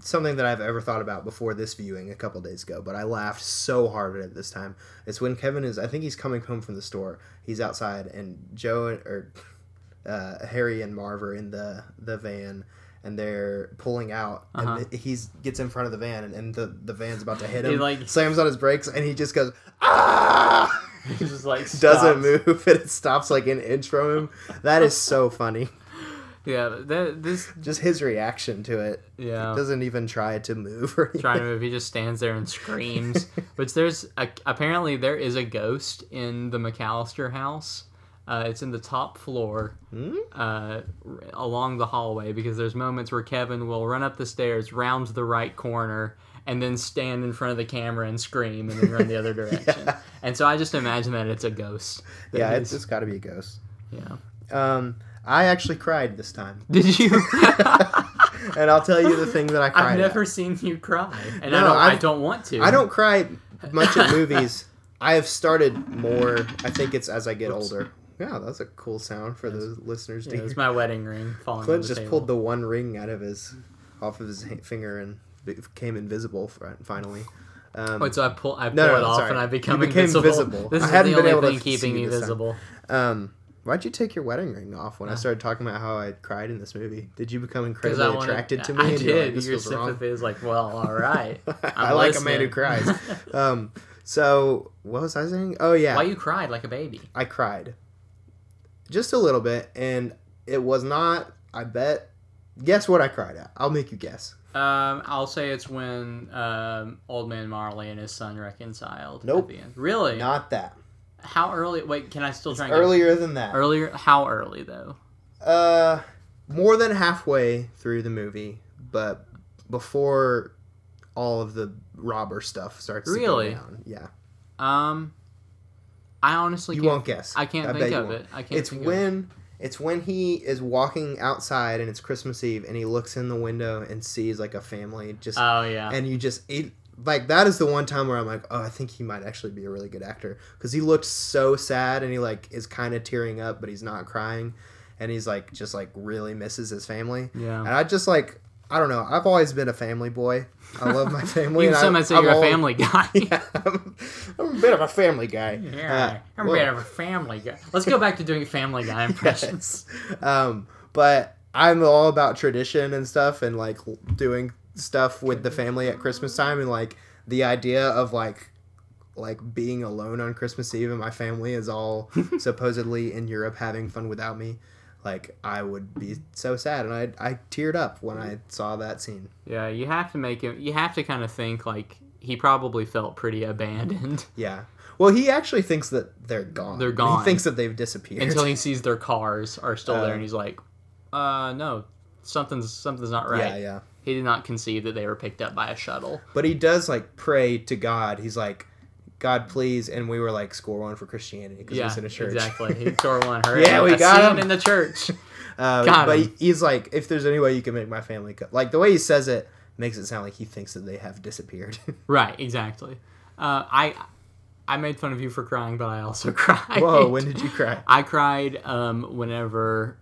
something that I've ever thought about before this viewing a couple days ago, but I laughed so hard at it this time. It's when Kevin is, I think he's coming home from the store. He's outside, and Joe and- or uh, Harry and Marv are in the the van. And they're pulling out,
Uh-huh.
and he's gets in front of the van, and, and the, the van's about to hit him.
He, like-
slams on his brakes, and he just goes, "Ah!"
He just like
doesn't
stops.
move and it stops like an inch from him. That is so funny.
Yeah, but that, this
Just his reaction to it.
Yeah.
He doesn't even try to move or anything.
trying to move, he just stands there and screams. Which there's a, apparently there is a ghost in the McAllister house. Uh, it's in the top floor,
Hmm?
uh, r- along the hallway, because there's moments where Kevin will run up the stairs, round the right corner, and then stand in front of the camera and scream, and then run the other direction. And so I just imagine that it's a ghost. that
Yeah,
he's-
it's, it's got to be a ghost.
yeah.
Um, I actually cried this time,
Did you?
and I'll tell you the thing that I cried.
I've
at.
never seen you cry, and I
No,
don't. I
I've-
don't want to.
I don't cry much at movies. I have started more. I think it's as I get older. Yeah, that's a cool sound for the listeners to
Yeah,
hear.
it's my wedding ring falling.
Clint
on the
just
table.
pulled the one ring out of his off of his ha- finger and became invisible for, finally. Um,
Wait, so I pull, I pull
No, no,
it off
sorry.
and I
You
become
became
invisible.
visible.
This
I
is
hadn't
the
been
only
able to
thing keeping
see
me
this time.
visible.
um, why'd you take your wedding ring off when I started talking about how I cried in this movie? Did you become
Because Ah. I
incredibly
wanted,
attracted to me?
I
and
did.
you're like, this
Your
feels wrong?
sympathy is like, well, all right.
I
I'm
like a man who
listening.
cries. um, so what was I saying? Oh yeah,
Why you cried like a baby?
I cried just a little bit, and it was not. I bet. Guess what I cried at? I'll make you guess.
Um, I'll say it's when um, old man Marley and his son reconciled. at
Nope.
the end. Really?
Not that.
How early? Wait, can I still try? and guess?
Earlier than that.
Earlier? How early though?
Uh, more than halfway through the movie, but before all of the robber stuff starts. to go
Really?
down. Yeah.
Um, I honestly
You
can't,
won't guess.
I can't
I bet
think
you
of
won't.
it. I can't.
It's
think Of it.
when it's when he is walking outside and it's Christmas Eve and he looks in the window and sees like a family just
Oh yeah.
and you just it like that is the one time where I'm like, oh, I think he might actually be a really good actor because he looked so sad and he like is kind of tearing up, but he's not crying, and he's like just like really misses his family.
yeah.
And I just like I don't know. I've always been a family boy. I love my family.
you
and
can
I-
sometimes say
I'm
you're a
all-
family guy.
Yeah, I'm, I'm a bit of a family guy.
Yeah,
Uh,
I'm a
well-
bit of a family guy. Let's go back to doing Family Guy impressions.
um, but I'm all about tradition and stuff, and like l- doing stuff with the family at Christmas time, and like the idea of like like being alone on Christmas Eve, and my family is all supposedly in Europe having fun without me. Like I would be so sad, and I I teared up when I saw that scene.
Yeah, you have to make him. You have to kind of think like he probably felt pretty abandoned
Yeah. Well, he actually thinks that they're gone.
They're gone.
He thinks that they've disappeared.
until he sees their cars are still there,
Um,
and he's like, "Uh, no, something's something's not right."
Yeah, yeah.
He did not conceive that they were picked up by a shuttle.
But he does like pray to God. He's like, God, please. And we were like, score one for Christianity because
Yeah,
it's in a church.
exactly. He tore one. Hurry
Yeah,
up.
we
I
got
see
him.
it in the church.
Uh,
Got
but
him.
he- he's like, if there's any way you can make my family co-. like the way he says it makes it sound like he thinks that they have disappeared.
right, exactly. Uh, I I made fun of you for crying, but I also cried.
Whoa, when did you cry?
I cried um, whenever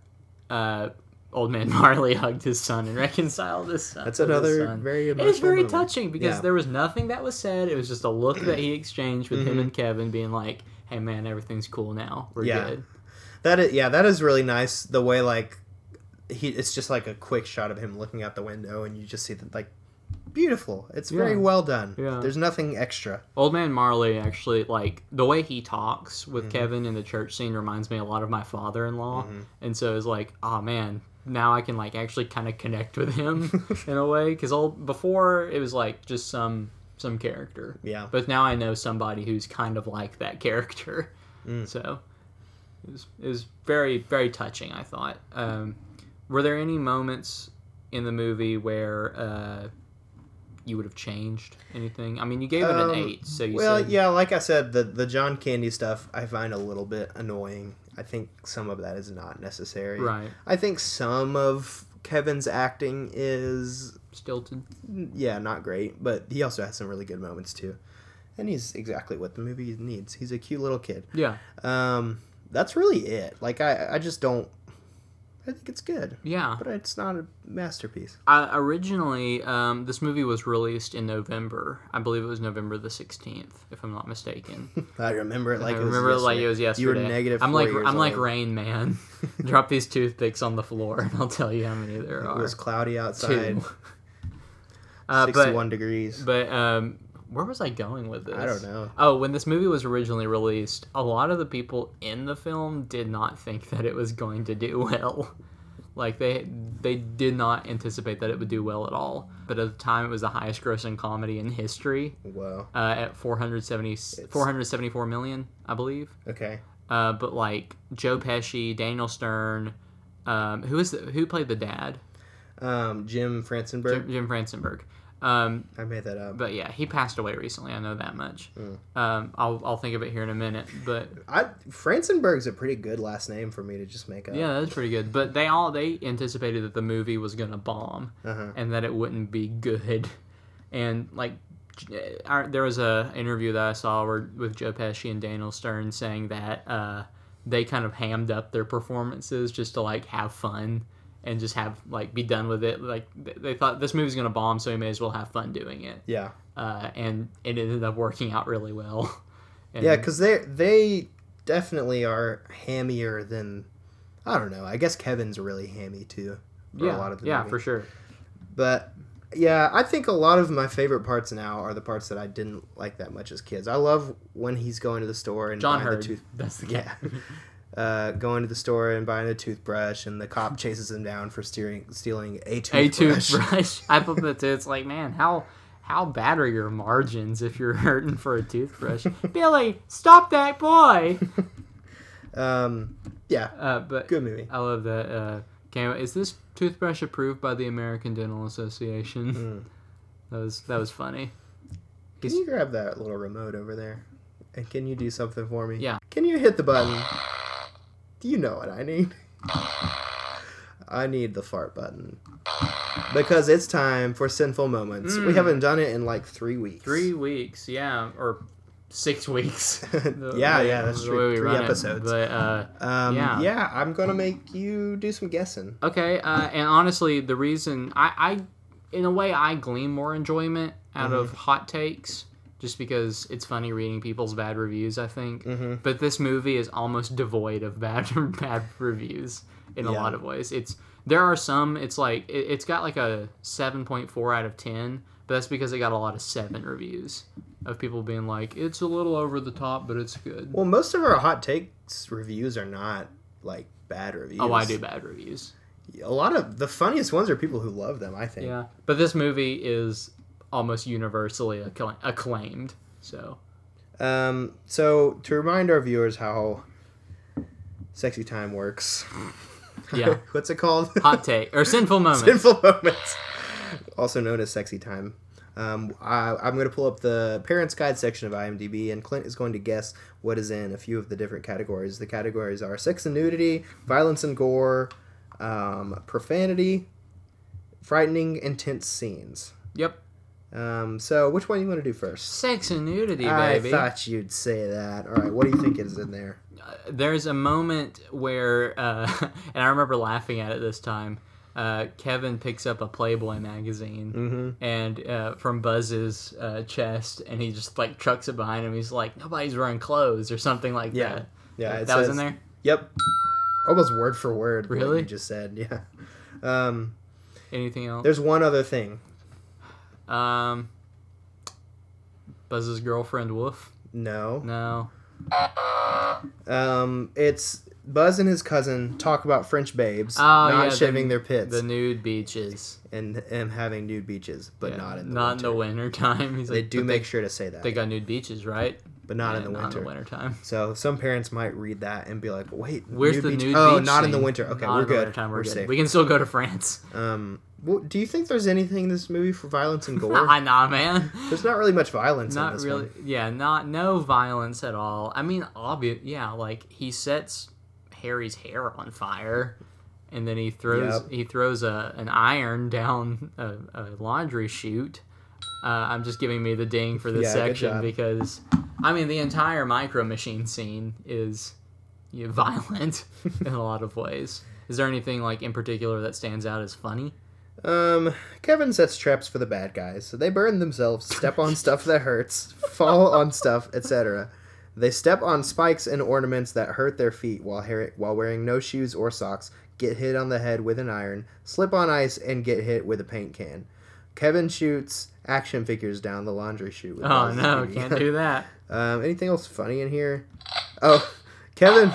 uh, old man Marley hugged his son and reconciled his son.
That's
with his
another
son.
very
It was
emotional
very
moment.
touching because
Yeah.
there was nothing that was said. It was just a look that he exchanged with
Mm-hmm.
him and Kevin, being like, "Hey man, everything's cool now. We're
Yeah.
good."
That is, yeah, that is really nice. The way like he, it's just like a quick shot of him looking out the window, and you just see that like beautiful. It's very
Yeah.
well done.
Yeah.
There's nothing extra.
Old man Marley actually like the way he talks with
Mm-hmm.
Kevin in the church scene reminds me a lot of my father-in-law, and so it's like, oh man, now I can like actually kind of connect with him in a way because old before it was like just some some character,
Yeah.
but now I know somebody who's kind of like that character,
Mm.
so it was, it was very very touching. I thought. Um, were there any moments in the movie where uh, you would have changed anything? I mean, you gave it an
Um,
eight, so you
Well,
said
yeah, like I said, the the John Candy stuff I find a little bit annoying. I think some of that is not necessary.
right,
I think some of Kevin's acting is
Stilton.
yeah, not great, but he also has some really good moments too. And he's exactly what the movie needs. He's a cute little kid.
Yeah,
Um that's really it. Like I I just don't I think it's good,
yeah.
but it's not a masterpiece.
I, originally, um, this movie was released in November. I believe it was November the sixteenth, if I'm not mistaken.
I remember it like
I
it was
remember like it was
You
yesterday.
were negative.
I'm
four
like
years
I'm like
old.
Rain Man. Drop these toothpicks on the floor, and I'll tell you how many there
It
are.
was cloudy outside.
Uh, but-
61 degrees.
But um, where was I going with this?
I don't know.
Oh, when this movie was originally released, a lot of the people in the film did not think that it was going to do well. Like they they did not anticipate that it would do well at all. But at the time, it was the highest grossing comedy in history
Wow.
uh, at 470, 474 million, I believe.
Okay.
Uh, but like Joe Pesci, Daniel Stern, um, who is the, who played the dad?
Um, Jim Fransenberg.
Jim Fransenberg. Um,
I made that up.
but yeah, he passed away recently. I know that much. Um, I'll, I'll think of it here in a minute. But
I Fransenberg's a pretty good last name for me to just make up.
yeah, that's pretty good. But they all they anticipated that the movie was gonna bomb
Uh-huh.
and that it wouldn't be good. And like, j- uh, our, there was a interview that I saw where, with Joe Pesci and Daniel Stern saying that uh, they kind of hammed up their performances just to like have fun and just have like be done with it. Like th- they thought this movie's gonna bomb, so we may as well have fun doing it.
Yeah.
uh, and it ended up working out really well. And
Yeah, because they they definitely are hammier than I don't know. I guess Kevin's really hammy too. For
yeah,
a lot of the
yeah,
movie.
for sure.
But yeah, I think a lot of my favorite parts now are the parts that I didn't like that much as kids. I love when he's going to the store and
John
buying
Hurd,
the tooth.
that's the guy.
Yeah. Uh, going to the store and buying a toothbrush, and the cop chases him down for steering, stealing a
A
toothbrush.
toothbrush. I thought that too. It's like, man, how how bad are your margins if you're hurting for a toothbrush? Billy, stop that boy.
Um, yeah,
Uh, but
good movie.
I love that. Uh, cameo. Is this toothbrush approved by the American Dental Association?
Hmm.
That was that was funny.
Can you grab that little remote over there? And can you do something for me?
Yeah.
Can you hit the button? Do you know what I need? I need the fart button. Because it's time for Sinful Moments. We haven't done it in like three weeks.
Hmm. Three weeks, yeah, or six weeks. The-
Yeah,
the-
yeah, that's
the
true.
way we
Three
run it.
episodes.
But uh,
Um,
Yeah.
yeah. I'm going to make you do some guessing.
Okay, uh, and honestly, the reason I, I, in a way, I glean more enjoyment out of hot takes just because it's funny reading people's bad reviews. I think, but this movie is almost devoid of bad bad reviews in a
Yeah.
lot of ways. It's there are some. It's like it, it's got like a seven point four out of ten, but that's because it got a lot of seven reviews of people being like, "It's a little over the top, but it's good."
Well, most of our hot takes reviews are not like bad reviews.
Oh, I do bad reviews.
A lot of the funniest ones are people who love them, I think.
Yeah, but this movie is almost universally accla- acclaimed. So
Um, so to remind our viewers how sexy time works.
Yeah.
What's it called?
hot take or sinful moment.
Sinful moments, also known as sexy time. Um, I, I'm going to pull up the parents' guide section of IMDb, and Clint is going to guess what is in a few of the different categories. The categories are sex and nudity, violence and gore, um, profanity, frightening, intense scenes.
yep,
Um, so, which one you want to do first?
sex and nudity,
I
baby.
thought you'd say that. All right, what do you think is in there?
Uh, There's a moment where, uh, and I remember laughing at it this time. Uh, Kevin picks up a Playboy magazine and uh, from Buzz's uh, chest, and he just like chucks it behind him. He's like, "Nobody's wearing clothes" or something like
Yeah.
that.
Yeah,
that
it
was
says-
in there.
Yep. Almost word for word. What
Really?
you just said. Yeah. Um,
Anything else?
there's one other thing.
Um, Buzz's girlfriend, Wolf.
No.
No,
Um, it's Buzz and his cousin talk about French babes
Oh,
not
yeah,
shaving
the-
their pits
The nude beaches,
and, and having nude beaches, but
Yeah,
not in the
not
winter.
in the winter time. He's
They
like,
do
but
make
they,
sure to say that,
they got nude beaches, right?
but not
Yeah,
in the winter.
time.
So some parents might read that and be like, "Wait,
Where's
nude
the
beach?
nude?
Oh,
beach
not in the
scene?
winter. Okay,
Not
we're
in the
good.
winter time, we're, good.
safe."
We can still go to France.
Um, well, do you think there's anything in this movie for violence and gore?
I nah, man.
there's not really much violence in
Not
this
really.
one.
Yeah, not no violence at all. I mean, obvious. Yeah, like he sets Harry's hair on fire, and then he throws
Yep.
he throws a an iron down a, a laundry chute. Uh, I'm just giving me the ding for this
Yeah, good
section
job.
because I mean the entire micro machine scene is you know, violent in a lot of ways. Is there anything like in particular that stands out as funny?
Um, Kevin sets traps for the bad guys. So they burn themselves, step on stuff that hurts, fall on stuff, etc. They step on spikes and ornaments that hurt their feet while har- while wearing no shoes or socks, get hit on the head with an iron, slip on ice and get hit with a paint can. Kevin shoots action figures down the laundry chute. With
Oh
Buzz
no,
Lightyear.
can't do that.
Um, anything else funny in here? Oh, Kevin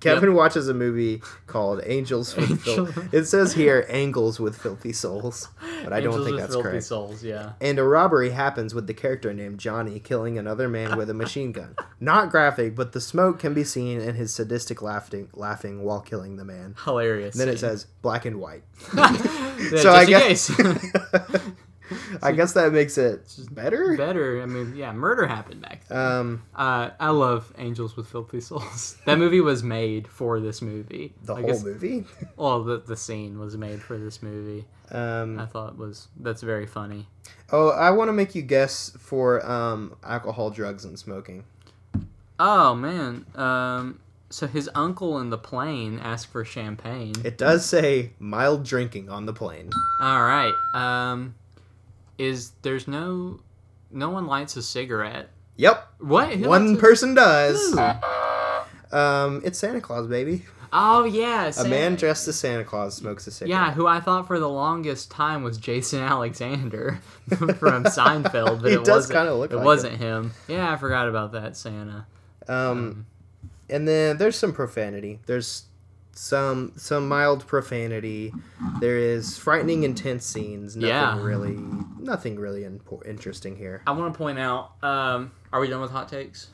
Kevin watches a movie called Angels with Fil-
Angel-
It says here Angels with Filthy Souls, but I don't
Angels
think
with
that's
Filthy
correct.
Souls, yeah.
And a robbery happens with the character named Johnny killing another man with a machine gun. Not graphic, but the smoke can be seen and his sadistic laughing laughing while killing the man.
Hilarious.
Then it
scene.
says black and white.
Yeah,
so I
just in
guess
case.
I guess that makes it better.
Better. I mean, yeah, murder happened back then.
Um,
Uh, I love Angels with Filthy Souls. That movie was made for this movie.
the
I
whole
guess-
movie.
Well, the, the scene was made for this movie.
Um,
I thought was that's very funny.
Oh, I want to make you guess for um, alcohol, drugs, and smoking.
Oh man. Um. So his uncle in the plane asked for champagne.
It does say mild drinking on the plane.
All right. Um. Is there's no, no one lights a cigarette.
Yep,
What? Who
one
lights
person does.
a-
Um, it's Santa Claus, baby.
Oh yeah.
A
Sam-
man dressed as Santa Claus smokes a cigarette.
Yeah, who I thought for the longest time was Jason Alexander from Seinfeld, but
He
it
does
wasn't.
kinda look
it
like
wasn't him. Yeah, I forgot about that Santa.
Um, and then there's some profanity. There's some some mild profanity. There is frightening, intense scenes. Nothing
Yeah.
really, nothing really impor- interesting here.
I want to point out. Um, are we done with hot takes?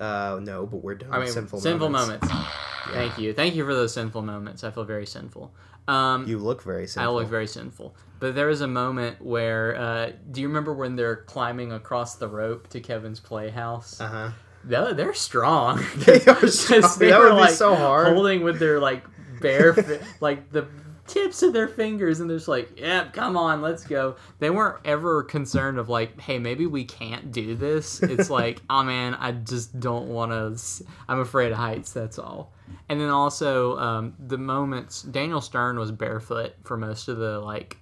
Uh, no, but we're done.
I
with
mean,
sinful,
sinful,
moments.
moments. Thank you, thank you for those sinful moments. I feel very sinful. Um,
You look very
I
sinful.
look very sinful. But there is a moment where, uh, do you remember when they're climbing across the rope to Kevin's playhouse?
Uh huh.
No, they're strong.
They are
'Cause
strong.
they
That
were,
would be
like,
so hard.
Holding with their like bare, fi- like the tips of their fingers, and they're just like, "Yep, come on, let's go." They weren't ever concerned of like, "Hey, maybe we can't do this." It's like, "Oh man, I just don't want to. I'm afraid of heights. That's all." And then also um, the moments Daniel Stern was barefoot for most of the like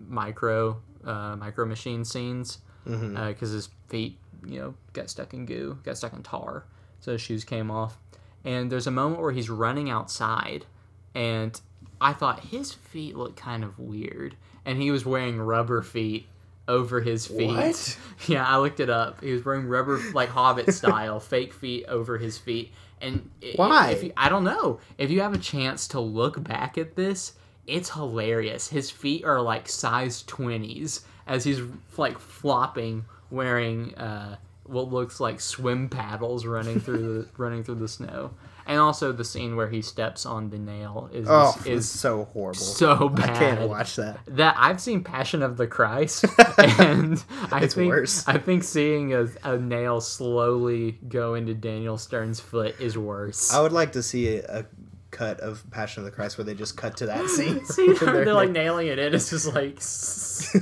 micro uh, micro machine scenes because uh, his feet you know got stuck in goo got stuck in tar so his shoes came off and there's a moment where he's running outside and i thought his feet look kind of weird and he was wearing rubber feet over his feet
What?
yeah i looked it up he was wearing rubber like hobbit style fake feet over his feet and i-
Why?
if you- I don't know. If you have a chance to look back at this, it's hilarious. His feet are like size 20s as he's like flopping wearing uh, what looks like swim paddles running through the running through the snow. And also the scene where he steps on the nail is
Oh, it's
is
so horrible.
so bad.
I can't watch that.
That I've seen Passion of the Christ, and I
It's
think
worse.
I think seeing a, a nail slowly go into Daniel Stern's foot is worse.
I would like to see a, a cut of Passion of the Christ where they just cut to that scene.
See,
Where
they're, like nailing it in. It's just like, s-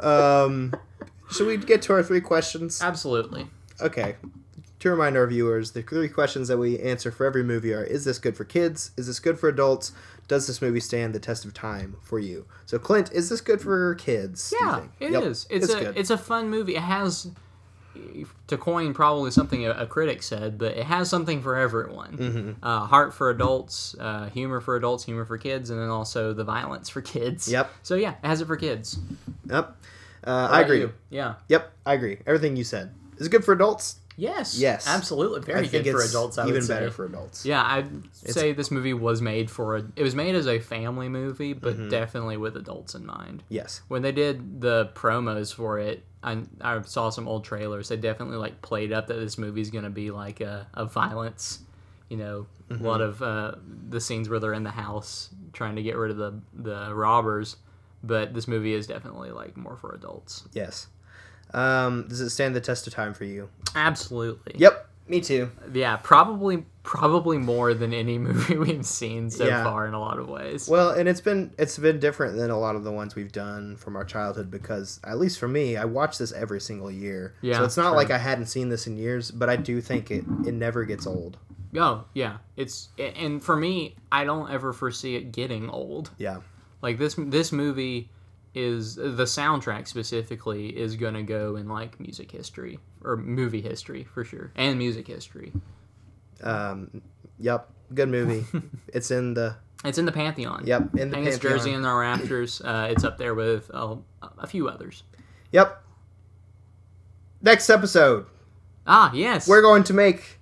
um, should we get to our three questions?
absolutely.
Okay. To remind our viewers, the three questions that we answer for every movie are: Is this good for kids? Is this good for adults? Does this movie stand the test of time for you? So, Clint, is this good for kids? do you
Yeah,
think?
it is.
Yep,
It's, a
good.
it's a fun movie. It has, to coin probably something a, a critic said, but it has something for everyone.
Mm-hmm.
Uh, heart for adults, uh, humor for adults, humor for kids, and then also the violence for kids.
Yep.
So yeah, it has it for kids.
Yep. Uh,
How
I
about
agree.
you? Yeah.
Yep, I agree. Everything you said is it good for adults.
Yes.
Yes.
Absolutely. Very
I think
good for
it's
adults. I would
even
say.
better for adults.
Yeah, I'd say this movie was made for a. It was made as a family movie, but
Mm-hmm.
definitely with adults in mind.
Yes.
when they did the promos for it I, I saw some old trailers they definitely like played up that this movie's gonna be like a, a violence you know a
Mm-hmm.
lot of uh, the scenes where they're in the house trying to get rid of the the robbers but this movie is definitely like more for adults
Yes. Um, does it stand the test of time for you?
absolutely
Yep. Me too.
yeah probably probably more than any movie we've seen so
Yeah.
far in a lot of ways
Well, and it's been it's been different than a lot of the ones we've done from our childhood because at least for me, I watch this every single year.
Yeah,
So it's not
true.
like I hadn't seen this in years, but I do think it it never gets old.
oh yeah it's and for me i don't ever foresee it getting old
Yeah.
like this this movie is the soundtrack specifically is going to go in like music history or movie history for sure and music history
Um, yep. Good movie. it's in the
it's in the pantheon
yep in the
Hang its
pantheon.
jersey in our rafters uh, it's up there with uh, a few others
Yep. Next episode,
ah yes
we're going to make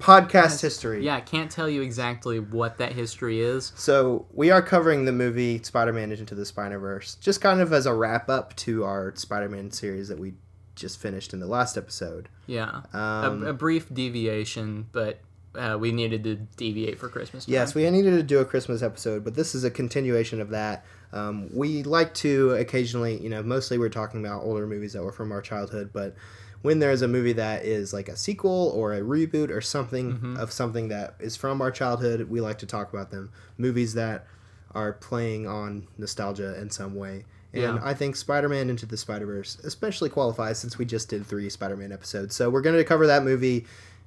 podcast history.
Yeah, I can't tell you exactly what that history is.
So we are covering the movie Spider-Man Into the Spider-Verse, just kind of as a wrap up to our Spider-Man series that we just finished in the last episode.
Yeah,
Um,
a, a brief deviation, but uh, we needed to deviate for Christmas. Time.
Yes, we needed to do a Christmas episode, but this is a continuation of that. Um, we like to occasionally, you know, mostly we're talking about older movies that were from our childhood, but when there's a movie that is like a sequel or a reboot or something
Mm-hmm.
of something that is from our childhood, we like to talk about them. Movies that are playing on nostalgia in some way. And
Yeah.
I think Spider Man Into the Spider Verse especially qualifies since we just did three Spider Man episodes. So we're going to cover that movie.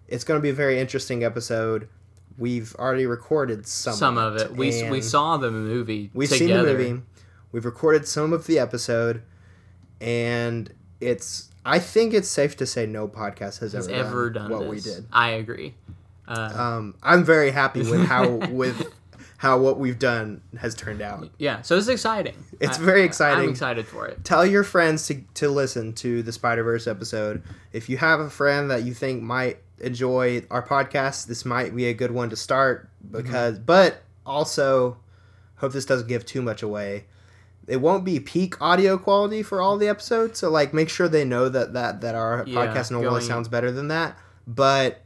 It's going to be a very interesting episode. We've already recorded some,
some of it. We we
and
saw the movie.
We've
together.
seen the movie. We've recorded some of the episode, and it's. I think it's safe to say no podcast has,
Has
ever,
ever done
what we
this.
did.
I agree. Uh,
Um, I'm very happy with how with how what we've done has turned out.
yeah, so it's exciting.
It's very
I'm
exciting.
excited for it.
tell your friends to, to listen to the Spider Verse episode. If you have a friend that you think might enjoy our podcast, this might be a good one to start
Mm-hmm.
because, but also, hope this doesn't give too much away. It won't be peak audio quality for all the episodes, so like make sure they know that that that our
Yeah,
podcast normally
going-
sounds better than that, but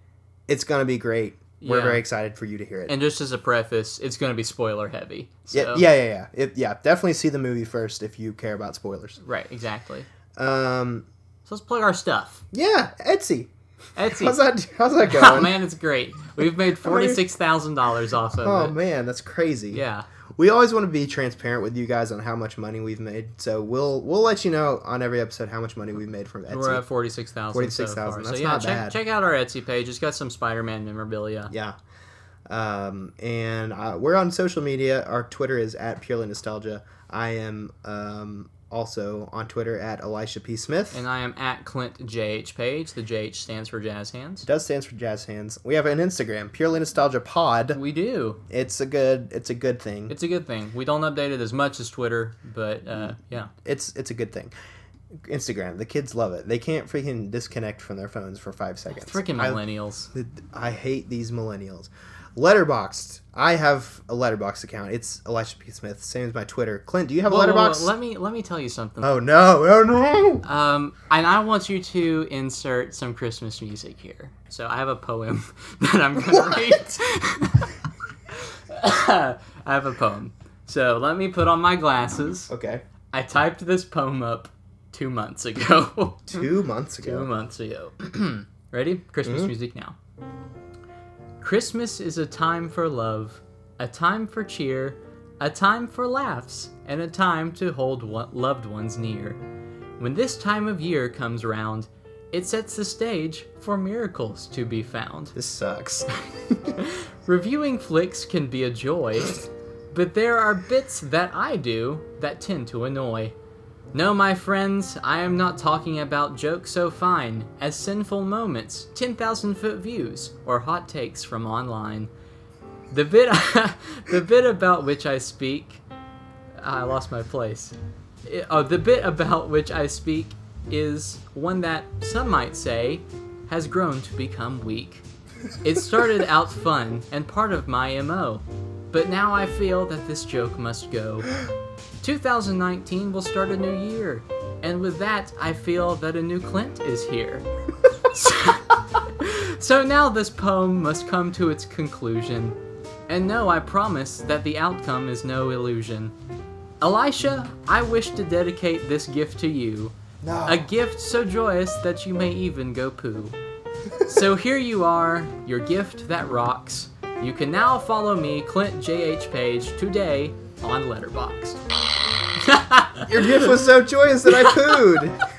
it's gonna be great. We're
Yeah.
very excited for you to hear it.
And just as a preface, it's going to be spoiler heavy.
yeah,
So,
yeah, yeah, yeah. It, yeah, definitely see the movie first if you care about spoilers.
Right, exactly.
Um,
So let's plug our stuff.
yeah, Etsy.
Etsy.
How's that? How's that going?
Oh man, it's great. We've made forty six thousand dollars off of
Oh,
it.
man, that's crazy.
Yeah,
We always want to be transparent with you guys on how much money we've made, so we'll we'll let you know on every episode how much money we've made from Etsy.
we're at forty six thousand. Forty six thousand.
46,000, that's
so yeah,
not
check,
bad.
check out our Etsy page. It's got some Spider Man memorabilia.
yeah. Um, and uh, we're on social media. Our Twitter is at purely nostalgia. I am um, also on Twitter at Elisha P Smith.
And I am at Clint JH Page. The JH stands for Jazz Hands.
it does stands for Jazz Hands. We have an Instagram, Purely Nostalgia Pod.
We do.
It's a good. It's a good thing.
It's a good thing. We don't update it as much as Twitter, but
Mm.
uh, yeah.
it's it's a good thing. Instagram, the kids love it. They can't freaking disconnect from their phones for five seconds.
Freaking
I-
millennials.
I hate these millennials. Letterboxed. I have a Letterbox account. It's Elisha P. Smith, same as my Twitter. Clint, do you have a
Whoa, whoa, whoa,
Letterbox?
Let me let me tell you something.
oh no! Oh no!
Um, and I want you to insert some Christmas music here. So I have a poem that I'm gonna read. I have a poem. So let me put on my glasses.
Okay.
I typed this poem up two months ago.
Two months
two
ago.
months ago. Ready? Christmas music now. Christmas is a time for love, a time for cheer, a time for laughs, and a time to hold one- loved ones near. When this time of year comes round, it sets the stage for miracles to be found.
This sucks.
Reviewing flicks can be a joy, but there are bits that I do that tend to annoy. No, my friends, I am not talking about jokes so fine as sinful moments, 10,000 foot views, or hot takes from online. The bit, the bit about which I speak, I lost my place. I- oh, the bit about which I speak is one that some might say has grown to become weak. It started out fun and part of my MO, but now I feel that this joke must go. 2019 will start a new year, and with that, I feel that a new Clint is here. so, so now this poem must come to its conclusion. And no, I promise that the outcome is no illusion. Elisha, I wish to dedicate this gift to you.
No.
A gift so joyous that you may even go poo. so here you are, your gift that rocks. You can now follow me, Clint JH Page, today on Letterboxd.
Your gift was so joyous that I pooed.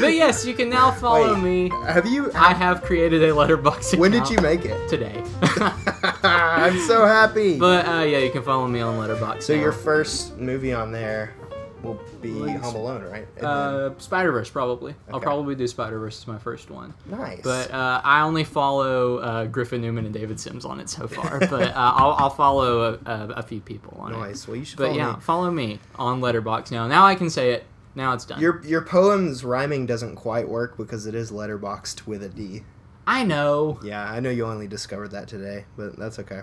But yes, you can now follow me.
Have you?
I have created a Letterboxd
when did
account
you make it?
Today.
I'm so happy.
but uh, yeah, you can follow me on Letterboxd.
so
now.
your first movie on there will be
Please.
Home Alone, right? And
Uh, Spider Verse, probably. I'll
Okay.
probably do Spider Verse as my first one.
then- nice.
But uh, I only follow uh, Griffin Newman and David Sims on it so far. But uh, I'll, I'll follow a, a, a few people on it.
nice. Well, you should.
But
follow
yeah,
me.
follow me on Letterbox now. Now I can say it. Now it's done.
Your your poem's rhyming doesn't quite work because it is letterboxed with a D.
I know,
Yeah, I know you only discovered that today, but that's okay.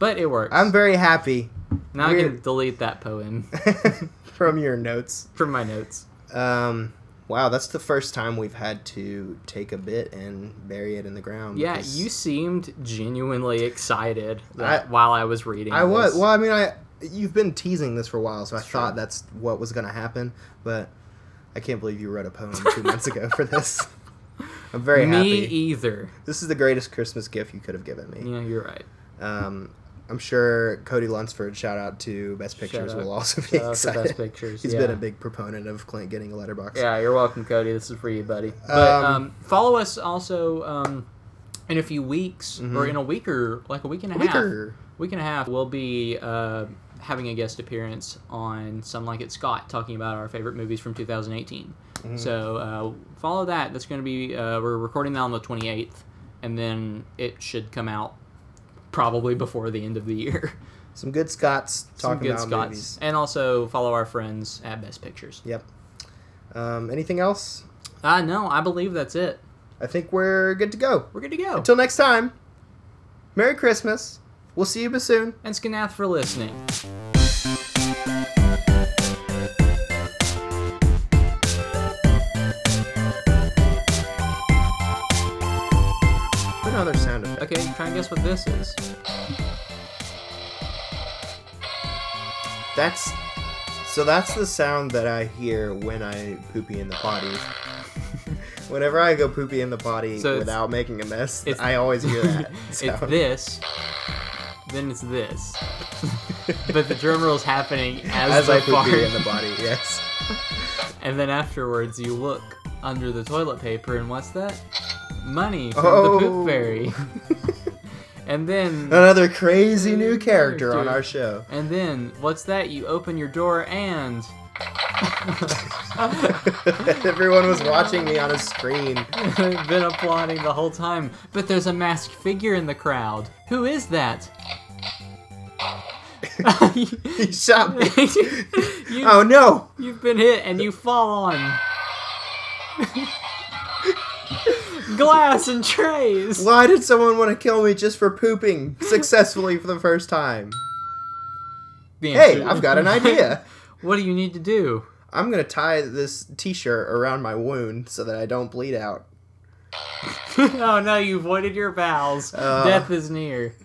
but it works.
I'm very happy
now I
weird.
can delete that poem
from your notes.
from my notes.
Um, wow, that's the first time we've had to take a bit and bury it in the ground.
Yeah,
because
you seemed genuinely excited that,
I-
while I was reading.
I was.
this.
Well, I mean, I you've been teasing this for a while, so I
It's
thought
true.
that's what was going to happen, but I can't believe you wrote a poem two months ago for this. I'm very
me e-
happy.
either.
this is the greatest Christmas gift you could have given me.
Yeah, you're right.
Um, I'm sure Cody Lunsford, shout out to Best Pictures,
out-
will also be
shout out to Best
excited.
Pictures,
He's been
yeah.
a big proponent of Clint getting a letterbox.
Yeah, you're welcome, Cody. This is for you, buddy. But um,
Um,
follow us also um, in a few weeks, or in a week or like a week and a,
mm-hmm. A week
half.
or-
Week and a half. We'll be uh, having a guest appearance on Some Like It Scott, talking about our favorite movies from 2018.
Mm-hmm.
So uh, follow that. That's going to be uh, we're recording that on the 28th, and then it should come out probably before the end of the year.
Some good Scots
Some
talking about
Scots.
movies.
and also follow our friends at Best Pictures.
Yep. Um, anything else?
Uh, no, I believe that's it.
I think we're good to go.
We're good to go.
Oh. Until next time, Merry Christmas. We'll see you soon.
and Skanath for listening.
Put another sound effect.
Okay, try and guess what this is.
That's so. That's the sound that I hear when I poopy in the potty. Whenever I go poopy in the potty
So it's-
without making a mess,
it's-
I always hear that.
It's
sound.
this, then it's this. but the drum roll's happening as,
as
the
I
fart,
poopy in the body. Yes.
and then afterwards you look under the toilet paper, and what's that? Money from the
Oh.
poop fairy. and then,
Another crazy new character on our show.
and then, what's that? You open your door and.
Everyone was watching me on a screen.
been applauding the whole time, but there's a masked figure in the crowd. Who is that?
He shot me.
you,
Oh no!
You've been hit and you fall on glass and trays.
Why did someone want to kill me just for pooping successfully for the first time?
The
Hey,
answer-
I've got an idea.
what do you need to do?
I'm gonna tie this T-shirt around my wound so that I don't bleed out.
oh no, you voided your vows.
Uh.
Death is near.